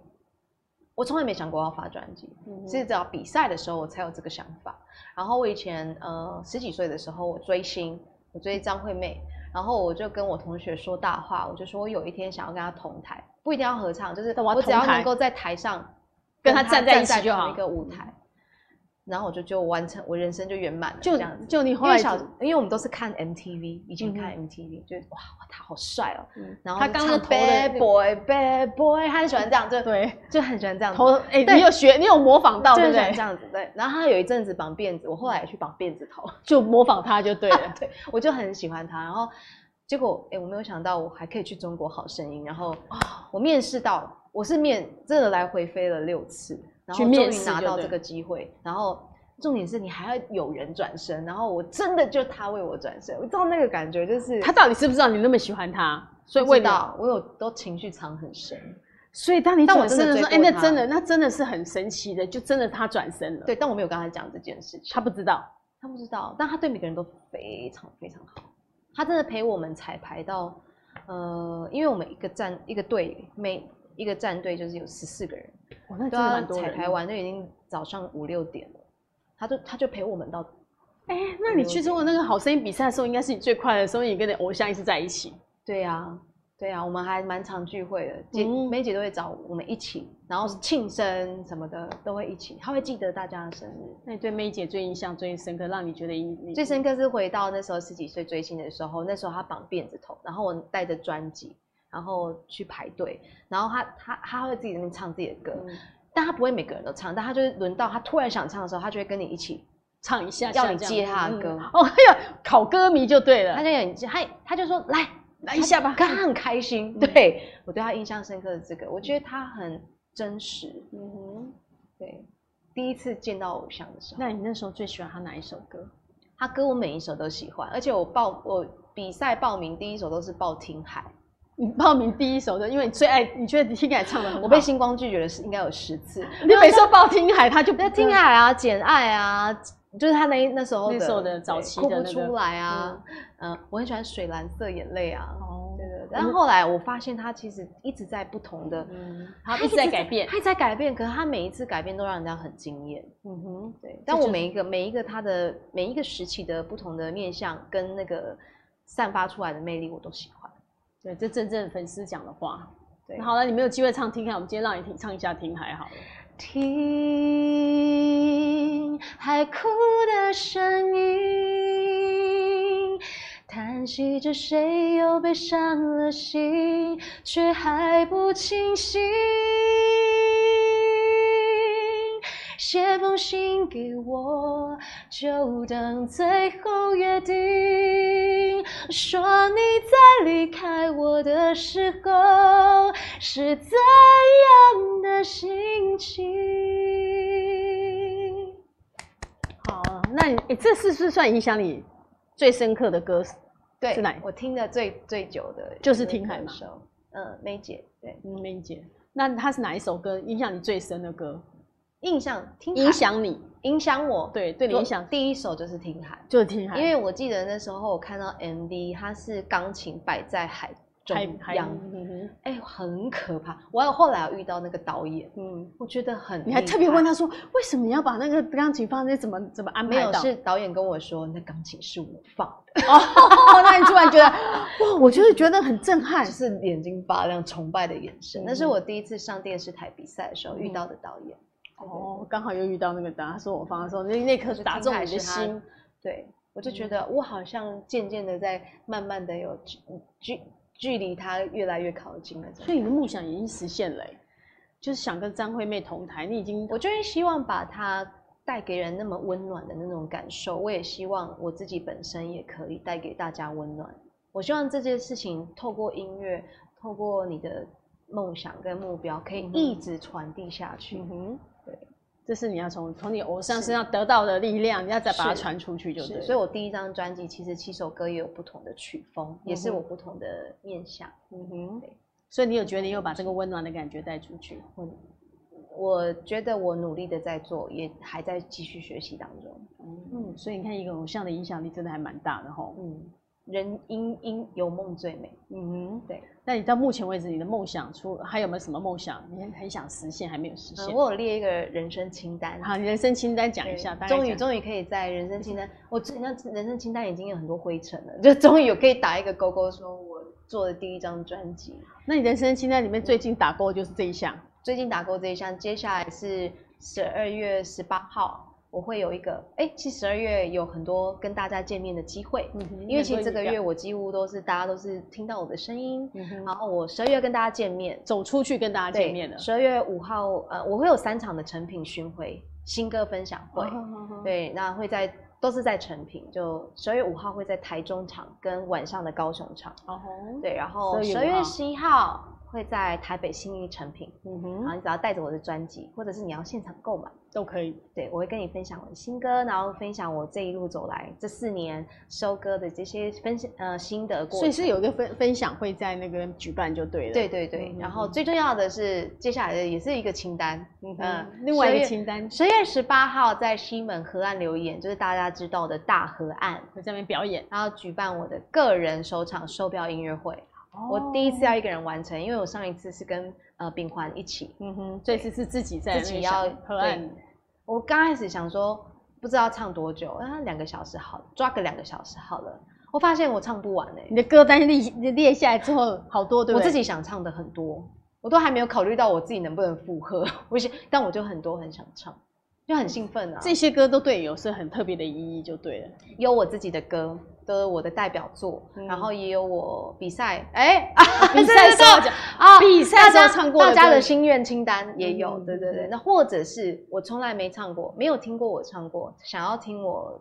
S2: 我从来没想过要发专辑，
S1: 嗯
S2: 是只要比赛的时候我才有这个想法。然后我以前呃十几岁的时候，我追星，我追张惠妹，然后我就跟我同学说大话，我就说我有一天想要跟她同台，不一定要合唱，就是
S1: 但我要
S2: 我只
S1: 同
S2: 要
S1: 台
S2: 能够在台上
S1: 跟她
S2: 她
S1: 站在一起就
S2: 同
S1: 好嗯
S2: 一个舞台。然后我就就完成我人生就圆满了，这样子
S1: 就就你
S2: 因
S1: 后来
S2: 为小，因为我们都是看 MTV，以前看 MTV，、就哇哇他好帅哦，
S1: 嗯
S2: 然后
S1: 他
S2: 就
S1: 刚
S2: 唱
S1: 刚投的
S2: Bad
S1: 那
S2: Boy Bad Boy，他很喜欢这样，就
S1: 对
S2: 就很喜欢这样子，
S1: 头哎，
S2: 对
S1: 你有学你有模仿到
S2: 就
S1: 对
S2: 很
S1: 不
S2: 喜欢这
S1: 对？
S2: 样子，对。然后他有一阵子绑辫子，我后来也去绑辫子头，。
S1: 就模仿他就对了
S2: 对，我就很喜欢他。然后结果哎，我没有想到我还可以去中国好声音，然后
S1: 哦
S2: 我面试到，我是面真的来回飞了六次，然
S1: 去
S2: 后终
S1: 面
S2: 于
S1: 试
S2: 拿
S1: 就
S2: 到
S1: 对
S2: 这个机会，然后。重点是你还要有人转身，然后我真的就他为我转身，我知道那个感觉就是
S1: 他到底知不知道你那么喜欢他？所以
S2: 不
S1: 为
S2: 知
S1: 了，
S2: 道，我有都情绪藏很深，
S1: 所以当你
S2: 但我
S1: 转
S2: 真
S1: 身
S2: 的
S1: 的时候，哎，
S2: 追
S1: 那
S2: 过
S1: 真
S2: 他
S1: 的那真的是很神奇的，就真的他转身了。
S2: 对，但我没有跟他讲这件事情，
S1: 他不知道，
S2: 他不知道，但他对每个人都非常非常好，他真的陪我们彩排到，呃，因为我们一个战一个队每一个战队就是有十四个人，
S1: 哇，那
S2: 都
S1: 真的
S2: 要
S1: 蛮多
S2: 彩
S1: 人
S2: 排
S1: 的。
S2: 完就已经早上五六点了，他就他就陪我们到，
S1: 哎，那你去中国那个好声音比赛的时候，应该是你最快乐的时候，因为你跟你偶像一直在一起。
S2: 对啊。对啊，我们还蛮常聚会的，姐、
S1: 嗯
S2: 梅姐都会找我们一起，然后庆生什么的都会一起，她会记得大家的生日。
S1: 那你对妹姐最印象最深刻，让你觉得你你
S2: 最深刻是回到那时候十几岁追星的时候，那时候他绑辫子头，然后我带着专辑，然后去排队，然后他他他会自己在那边唱自己的歌，
S1: 嗯
S2: 但他不会每个人都唱，但他就是轮到他突然想唱的时候，他就会跟你一起，
S1: 唱一下，
S2: 要
S1: 像
S2: 你
S1: 这样
S2: 接
S1: 子
S2: 他的歌
S1: 嗯哦，哎呀，考歌迷就对
S2: 他
S1: 了，
S2: 就有他他就说来
S1: 来一下吧嗯
S2: 他他很开心，对我对他印象深刻的这个，我觉得他很真实，
S1: 嗯哼。
S2: 对，第一次见到偶像的时候。
S1: 那你那时候最喜欢他哪一首歌？
S2: 他歌我每一首都喜欢，而且我报我比赛报名第一首都是报《听海》，
S1: 你报名第一首的，因为你最爱，你觉得听海唱的很好。
S2: 我被星光拒绝了是应该有十次。
S1: 你每次都报听海，他就
S2: 那《听海》啊，《简爱》啊，就是他那一那时候的
S1: 那时候的早期的那个
S2: 对哭不出来啊，嗯、我很喜欢《水蓝色眼泪》啊。
S1: 哦
S2: 对，对对，但后来我发现他其实一直在不同的，
S1: 嗯，
S2: 他
S1: 他一直在改变
S2: 他一直在改变，可是他每一次改变都让人家很惊艳。
S1: 嗯哼，
S2: 对，但
S1: 就
S2: 我
S1: 是
S2: 每一个每一个他的每一个时期的不同的面相跟那个散发出来的魅力，我都喜欢。
S1: 对，这正正粉丝讲的话。
S2: 对，
S1: 那好了，你没有机会唱听海，我们今天让你听唱一下听海好了。
S2: 听海哭的声音，叹息着谁又被伤了心，却还不清醒。写封信给我，就等最后约定。说你在离开我的时候是怎样的心情？
S1: 好，那那你、诶这是不是算影响你最深刻的歌？
S2: 对，
S1: 是哪一
S2: 我听的最最久的
S1: 就是听海嘛
S2: 歌手，嗯，梅姐，对，
S1: 嗯，梅姐，那它是哪一首歌影响你最深的歌？
S2: 印象听海
S1: 影响你，
S2: 影响我，
S1: 对，对你
S2: 我
S1: 影响
S2: 第一首就是听海，
S1: 就是听海，
S2: 因为我记得那时候我看到 MV，它是钢琴摆在海中
S1: 海海洋
S2: 央，，哎、很可怕。我还有后来有遇到那个导演，
S1: 嗯，
S2: 我觉得很，
S1: 你还特别问。他说，为什么你要把那个钢琴放在怎么怎么安
S2: 没
S1: 排
S2: 有，
S1: 到？
S2: 是导演跟我说，那钢琴是我放的，
S1: 哦，那你突然觉得，哇，我就是觉得很震撼
S2: 就。是眼睛发亮、崇拜的眼神。那是
S1: 嗯
S2: 我第一次上电视台比赛的时候遇到的导演。
S1: 哦，刚好又遇到那个答，他说我放的时候，那那刻
S2: 就是
S1: 打
S2: 听
S1: 中
S2: 海
S1: 你的
S2: 是他
S1: 心，
S2: 对，我就
S1: 嗯
S2: 觉得我好像渐渐的在慢慢的有距距距离他越来越靠近了。
S1: 所以你的梦想已经实现了欸、就是想跟张惠妹同台，你已经
S2: 我就会希望把它带给人那么温暖的那种感受，我也希望我自己本身也可以带给大家温暖。我希望这件事情透过音乐，透过你的梦想跟目标，可以
S1: 嗯哼
S2: 一直传递下去。
S1: 嗯哼，
S2: 对，
S1: 这是你要从从你偶像
S2: 是
S1: 身上得到的力量，你要再把它
S2: 是
S1: 传出去就对
S2: 是，
S1: 了。
S2: 所以我第一张专辑其实七首歌也有不同的曲风，也是
S1: 嗯哼
S2: 我不同的面向。
S1: 嗯哼
S2: 对，
S1: 所以你有觉得你有把这个温暖的感觉带出去？
S2: 我我觉得我努力的在做，也还在继续学习当中。
S1: 嗯，所以你看一个偶像的影响力真的还蛮大的吼。
S2: 嗯，人因因有梦最美。
S1: 嗯哼，
S2: 对，
S1: 那你到目前为止，你的梦想除还有没有什么梦想？你很很想实现还没有实
S2: 呃
S1: 现？
S2: 我有列一个人生清单。
S1: 好，你人生清单讲一
S2: 对
S1: 下，大概
S2: 终于
S1: 讲嗯
S2: 终于可以在人生清单，我之前那人生清单已经有很多灰尘了，就终于有可以打一个勾勾，说我做的第一张专辑。
S1: 那你人生清单里面最近打勾的就是这一项，
S2: 最近打勾这一项，接下来是十二月十八号，我会有一个，哎，其实十二月有很多跟大家见面的机会，
S1: 嗯哼
S2: 因为其实这个月，我几乎都是大家都是听到我的声音，
S1: 嗯哼
S2: 然后我十二月跟大家见面，
S1: 走出去跟大家见面了。
S2: 十二月五号，呃，我会有三场的成品巡回新歌分享会，
S1: 哦，
S2: 对，那会在都是在成品，就十二月五号会在台中场跟晚上的高雄场，
S1: 哦吼，
S2: 对，然后
S1: 12月
S2: 十
S1: 5
S2: 二
S1: 号
S2: 月十一号会在台北新义成品，
S1: 嗯
S2: 然后
S1: 哼，
S2: 你只要带着我的专辑，或者是你要现场购买。
S1: 都可以。
S2: 对，我会跟你分享我的新歌，然后分享我这一路走来这四年收割的这些分享呃心得过
S1: 所以
S2: 程。
S1: 是有一个分分享会在那个举办就对了。
S2: 对对对，
S1: 嗯
S2: 然后
S1: 嗯
S2: 最重要的是，接下来的也是一个清单，
S1: 嗯
S2: 呃
S1: 哼，另外一个
S2: 12
S1: 清单
S2: 十月十八号在西门河岸留言，就是大家知道的大河岸，
S1: 会在那边表演。
S2: 然后举办我的个人首场售票音乐会，
S1: 哦
S2: 我第一次要一个人完成，因为我上一次是跟呃秉环一起，
S1: 嗯哼，这次是自己在
S2: 自己
S1: 那个
S2: 要
S1: 小河岸
S2: 对，我刚开始想说不知道唱多久，啊两个小时好了，抓个两个小时好了，我发现我唱不完哎、
S1: 你的歌单列列下来之后，好多对不
S2: 我
S1: 对？
S2: 自己想唱的很多，我都还没有考虑到我自己能不能负荷，我想，但我就很多很想唱，就很兴奋啊。
S1: 这些歌都对你有是很特别的意义就对了。
S2: 有我自己的歌，都有我的代表作，
S1: 嗯
S2: 然后也有我比赛，哎、啊，
S1: 比赛时候讲
S2: 啊
S1: 比赛时候唱过
S2: 大家大家
S1: 歌
S2: 的心愿清单也有，
S1: 嗯
S2: 对对对。
S1: 嗯
S2: 那或者是我从来没唱过，没有听过我唱过，想要听我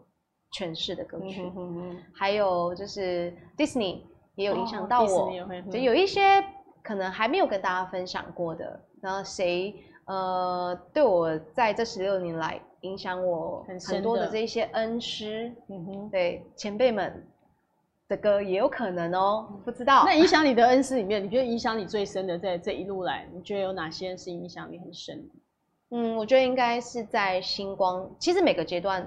S2: 诠释的歌曲，
S1: 嗯哼哼
S2: 还有就是 Disney 也有影响到
S1: 哦迪士
S2: 我，
S1: 尼也会
S2: 就有一些可能还没有跟大家分享过的，然后谁呃对我在这十六年来影响我
S1: 很深
S2: 很多的
S1: 的
S2: 这一些恩师，
S1: 嗯哼。
S2: 对前辈们的歌也有可能哦，不知道
S1: 那。影响你的恩师里面，你觉得影响你最深的，在这一路来，你觉得有哪些人是影响你很深的？
S2: 嗯，我觉得应该是在星光，其实每个阶段。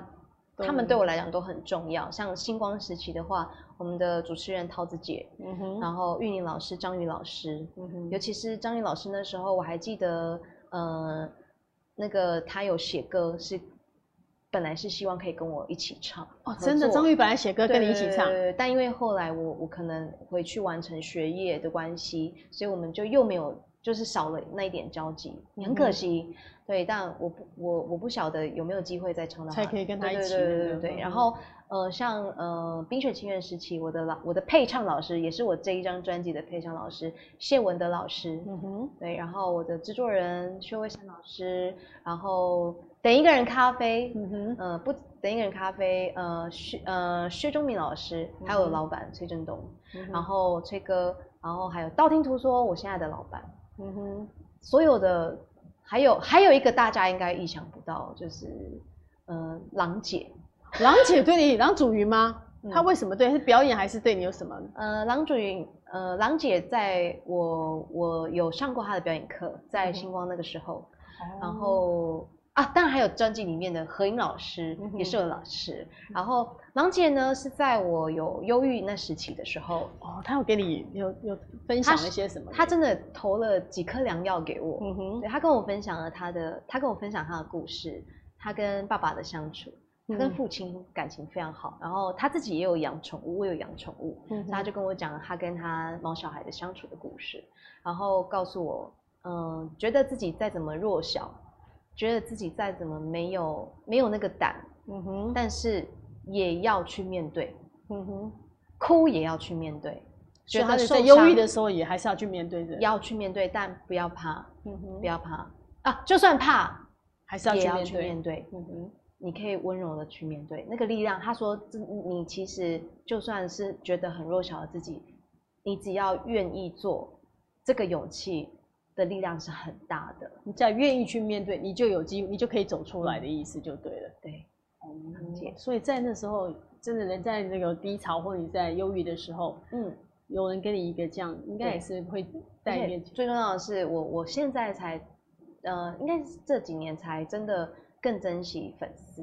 S1: 都
S2: 他们对我来讲都很重要，像星光时期的话，我们的主持人桃子姐，
S1: 嗯哼，
S2: 然后玉宁老师、张宇老师，
S1: 嗯哼，
S2: 尤其是张宇老师那时候，我还记得，呃，那个他有写歌是，本来是希望可以跟我一起唱
S1: 哦，真的，张
S2: 宇
S1: 宇本来写歌呃跟你一起唱，
S2: 但因为后来我我可能回去完成学业的关系，所以我们就又没有就是少了那一点交集，很
S1: 嗯
S2: 可
S1: 哼
S2: 惜。对，但我不我我不晓得有没有机会再唱到
S1: 才
S2: 他
S1: 可以跟他
S2: 对
S1: 一起
S2: 对
S1: 那
S2: 对对
S1: 个
S2: 对
S1: 嗯
S2: 对。然后呃，像呃《冰雪奇缘》时期，我的老我的配唱老师也是我这一张专辑的配唱老师谢文德老师，
S1: 嗯哼，
S2: 对，然后我的制作人薛慧珊老师，然后等一个人咖啡，
S1: 嗯哼，
S2: 呃不等一个人咖啡，呃薛呃薛忠明老师，还
S1: 嗯
S2: 有
S1: 哼
S2: 老板崔振东，
S1: 嗯哼
S2: 然，后崔哥，然后还有道听途说我现在的老板，
S1: 嗯哼，
S2: 所有的，还有还有一个大家应该意想不到，就是嗯、呃、郎姐，
S1: 郎姐对你，郎祖云吗？
S2: 嗯
S1: 她为什么对？是表演还是对你有什么？
S2: 呃，郎主云，呃，郎姐在我我有上过她的表演课，在
S1: 嗯哼
S2: 星光那个时候，
S1: 哦
S2: 然后啊，当然还有专辑里面的何颖老师
S1: 嗯哼
S2: 也是我的老师。然后郎姐呢是在我有忧郁那时期的时候，
S1: 哦，她有给你有有分享
S2: 她
S1: 了些什么？
S2: 她真的投了几颗良药给我。
S1: 嗯哼，
S2: 对她跟我分享了她的，她跟我分享她的故事，她跟爸爸的相处，她跟
S1: 嗯
S2: 父亲感情非常好。然后她自己也有养宠物，我有养宠物。
S1: 嗯哼
S2: 所以他就跟我讲他跟他毛小孩的相处的故事，然后告诉我，嗯、觉得自己再怎么弱小，觉得自己再怎么没有没有那个胆，
S1: 嗯哼，
S2: 但是也要去面对，
S1: 嗯哼，
S2: 哭也要去面对，
S1: 所以
S2: 觉
S1: 她
S2: 得
S1: 在
S2: 受
S1: 忧郁
S2: 伤
S1: 的时候也还是要去面对的，
S2: 要去面对，但不要怕，
S1: 嗯
S2: 不
S1: 哼，
S2: 要怕啊，就算怕
S1: 还是要
S2: 也
S1: 去
S2: 要
S1: 面
S2: 去
S1: 对，
S2: 面对，
S1: 嗯哼，
S2: 你可以温柔的去面对那个力量。他说，这你其实就算是觉得很弱小的自己，你只要愿意做，这个勇气的力量是很大的。
S1: 你只要愿意去面对，你就有机，你就可以走出来的意思就对了。
S2: 对，
S1: 嗯
S2: 解
S1: 所以在那时候，真的人在那个低潮或者你在忧郁的时候，
S2: 嗯，
S1: 有人给你一个这样，应该
S2: 对
S1: 也是会带
S2: 而
S1: 你
S2: 且
S1: 面
S2: 最重要的是，我我现在才，呃，应该是这几年才真的更珍惜粉丝。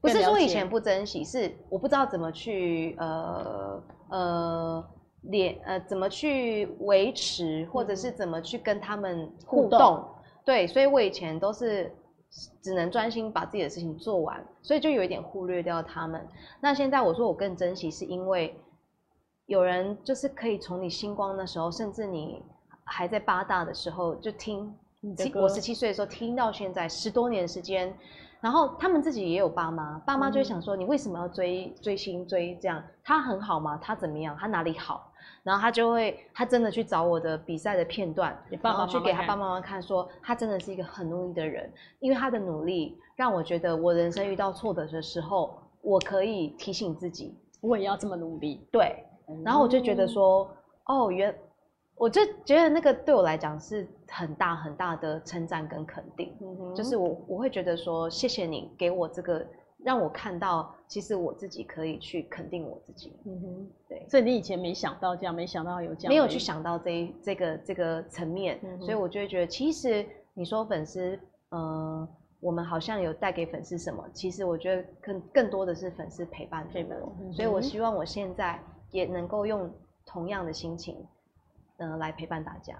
S2: 不
S1: 更
S2: 是
S1: 了
S2: 说以
S1: 解
S2: 前不珍惜，是我不知道怎么去呃呃连呃怎么去维持，或者是怎么去跟他们
S1: 互
S2: 嗯互
S1: 动
S2: 动。对，所以我以前都是只能专心把自己的事情做完，所以就有一点忽略掉他们。那现在我说我更珍惜，是因为有人就是可以从你星光的时候，甚至你还在八大的时候就听
S1: 你的
S2: 七
S1: 歌。
S2: 我十七岁的时候听到现在十多年的时间，然后他们自己也有爸妈，爸妈就
S1: 嗯
S2: 会想说你为什么要追追星追这样？他很好吗？他怎么样？他哪里好？然后他就会他真的去找我的比赛的片段，
S1: 给爸爸
S2: 然后哦去给
S1: 妈妈
S2: 他
S1: 看
S2: 爸妈妈看说他真的是一个很努力的人，因为他的努力让我觉得我人生遇到挫折的时候，我可以提醒自己，
S1: 我也要这么努力。
S2: 对，然后我就觉得
S1: 嗯，
S2: 说，哦，原我就觉得那个对我来讲是很大很大的称赞跟肯定，
S1: 嗯哼
S2: 就是我我会觉得说，谢谢你给我这个，让我看到其实我自己可以去肯定我自己，
S1: 嗯哼，
S2: 对，
S1: 所以你以前没想到这样，没想到有这样，
S2: 没有去，想到这一这个这个层面，
S1: 嗯哼
S2: 所以我就会觉得，其实你说粉丝，呃，我们好像有带给粉丝什么，其实我觉得更更多的是粉丝陪伴着
S1: 陪伴
S2: 我，
S1: 嗯
S2: 所以我
S1: 哼
S2: 希望我现在也能够用同样的心情，嗯、来陪伴大家。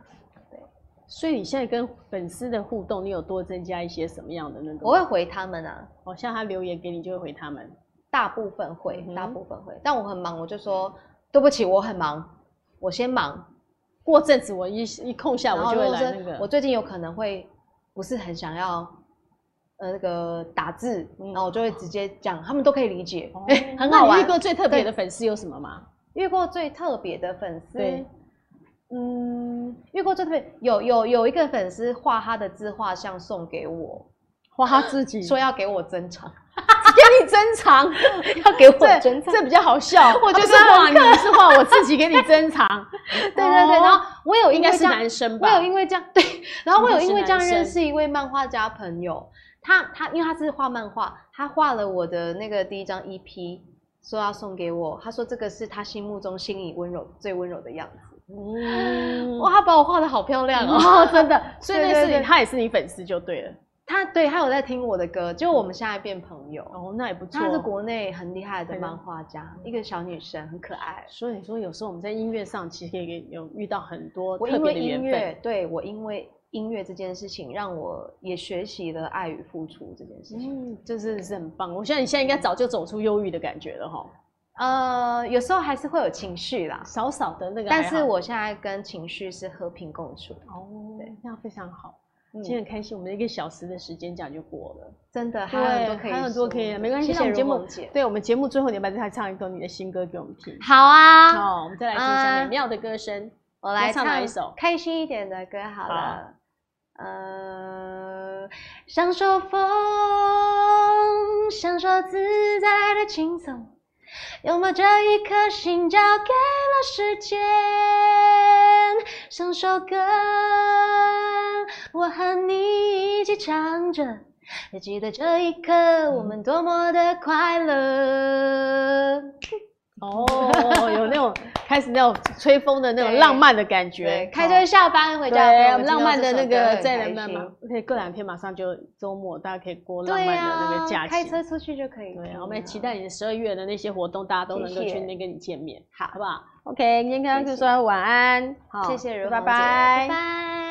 S1: 所以你现在跟粉丝的互动，你有多增加一些什么样的那种？
S2: 我会回他们啊，
S1: 哦，像他留言给你，就会回他们。
S2: 大部分会
S1: 嗯，哼
S2: 大部分会，但我很忙，我就说对不起，我很忙，我先忙。过阵
S1: 这次我一一空下，
S2: 然
S1: 我
S2: 后
S1: 就会
S2: 如果
S1: 来
S2: 是
S1: 那个。
S2: 我最近有可能会不是很想要。呃，那个打字，
S1: 嗯
S2: 然后我就会直接讲，他们都可以理解，
S1: 哦
S2: 哎、 很好
S1: 那
S2: 玩
S1: 你遇。过最特别的粉丝有什么 吗？
S2: 遇过最特别的粉丝
S1: 对，
S2: 嗯，遇过最特别有有有一个粉丝画他的自画像送给我，
S1: 花他自己
S2: 说要给我珍 藏，
S1: 给你珍藏，
S2: 要给我
S1: 这
S2: 珍藏，
S1: 这比较好笑。 啊
S2: 我觉
S1: 他不
S2: 得
S1: 是画你，是画我自己给你珍藏。
S2: 对对对。然后我有
S1: 应
S2: 因
S1: 该
S2: 为
S1: 是
S2: 这样
S1: 男生
S2: 我
S1: 吧？
S2: 有因为这 样对，然后我有因为这样
S1: 应该是男生
S2: 认识一位漫画家朋友，他他因为他是画漫画，他画了我的那个第一张 EP，说要送给我，他说这个是他心目中心里温柔最温柔的样子。
S1: 嗯
S2: 哇，，他把我画的好 漂亮哦！
S1: 哦，真的，所以那
S2: 对
S1: 是
S2: 对
S1: 你，
S2: 对
S1: 他也是你粉丝就对了。
S2: 他对他有在听我的歌，就我们现在变朋 友。
S1: 哦，那也不错。
S2: 她是国内很厉害的
S1: 很
S2: 漫画家，一个小女生，很可爱。
S1: 所以说，有时候我们在音乐上其实也有遇到很多
S2: 我
S1: 特
S2: 因
S1: 别
S2: 为
S1: 的
S2: 音
S1: 缘分。
S2: 乐，对我因为音乐这件事情，让我也学习了爱与付出这件事情。
S1: 嗯，这真的是很棒。我现在你现在应该早就走出忧郁的感觉了哈，
S2: 呃，有时候还是会有情绪啦，
S1: 少少的那个还
S2: 但
S1: 好。
S2: 是我现在跟情绪是和平共处。
S1: 哦，
S2: 对
S1: 那非常好，
S2: 嗯
S1: 今天很开心，我们一个小时的时间这样就过了。
S2: 真的还有很
S1: 对，
S2: 多可
S1: 还
S2: 以说的，
S1: 有很多可以，没关系。那
S2: 谢
S1: 我
S2: 谢
S1: 们节
S2: 如
S1: 目
S2: 梦姐，。
S1: 对我们节目最后，你要不要再唱一首你的新歌给我们听？
S2: 好啊，
S1: 哦，我们再来听一下
S2: 啊
S1: 美妙的歌声。
S2: 我来
S1: 要唱
S2: 唱
S1: 哪一首
S2: 开心一点的歌好了。呃，享受风，享受自在的轻松，拥抱这一颗心交给了时间，享受歌，我和你一起唱着。还记得这一刻，我们多么的快乐。
S1: 哦，有那种开始那种吹风的那种浪漫的感
S4: 对
S1: 觉，哦
S4: 对
S2: 开车下班回
S1: 对
S2: 家，我们听到
S1: 浪漫的
S2: 这
S1: 那
S2: 首歌
S1: 个
S4: 很
S1: 在
S4: 开
S1: 人们嘛
S4: 心，
S1: 而且过两天马上就周末，大家可以过浪
S2: 对
S1: 漫的那
S2: 呀
S1: 个，假期。
S2: 开车出去就可以听了。
S1: 对，啊我们也期待你十二月的那些活动，大家都能够
S4: 谢谢
S1: 去那边跟你见面，
S4: 好
S1: 好不好？OK，今天跟大家
S4: 谢谢
S1: 说晚安，好
S4: 谢谢如
S1: 拜
S4: 虹姐
S1: 拜
S2: 拜。拜。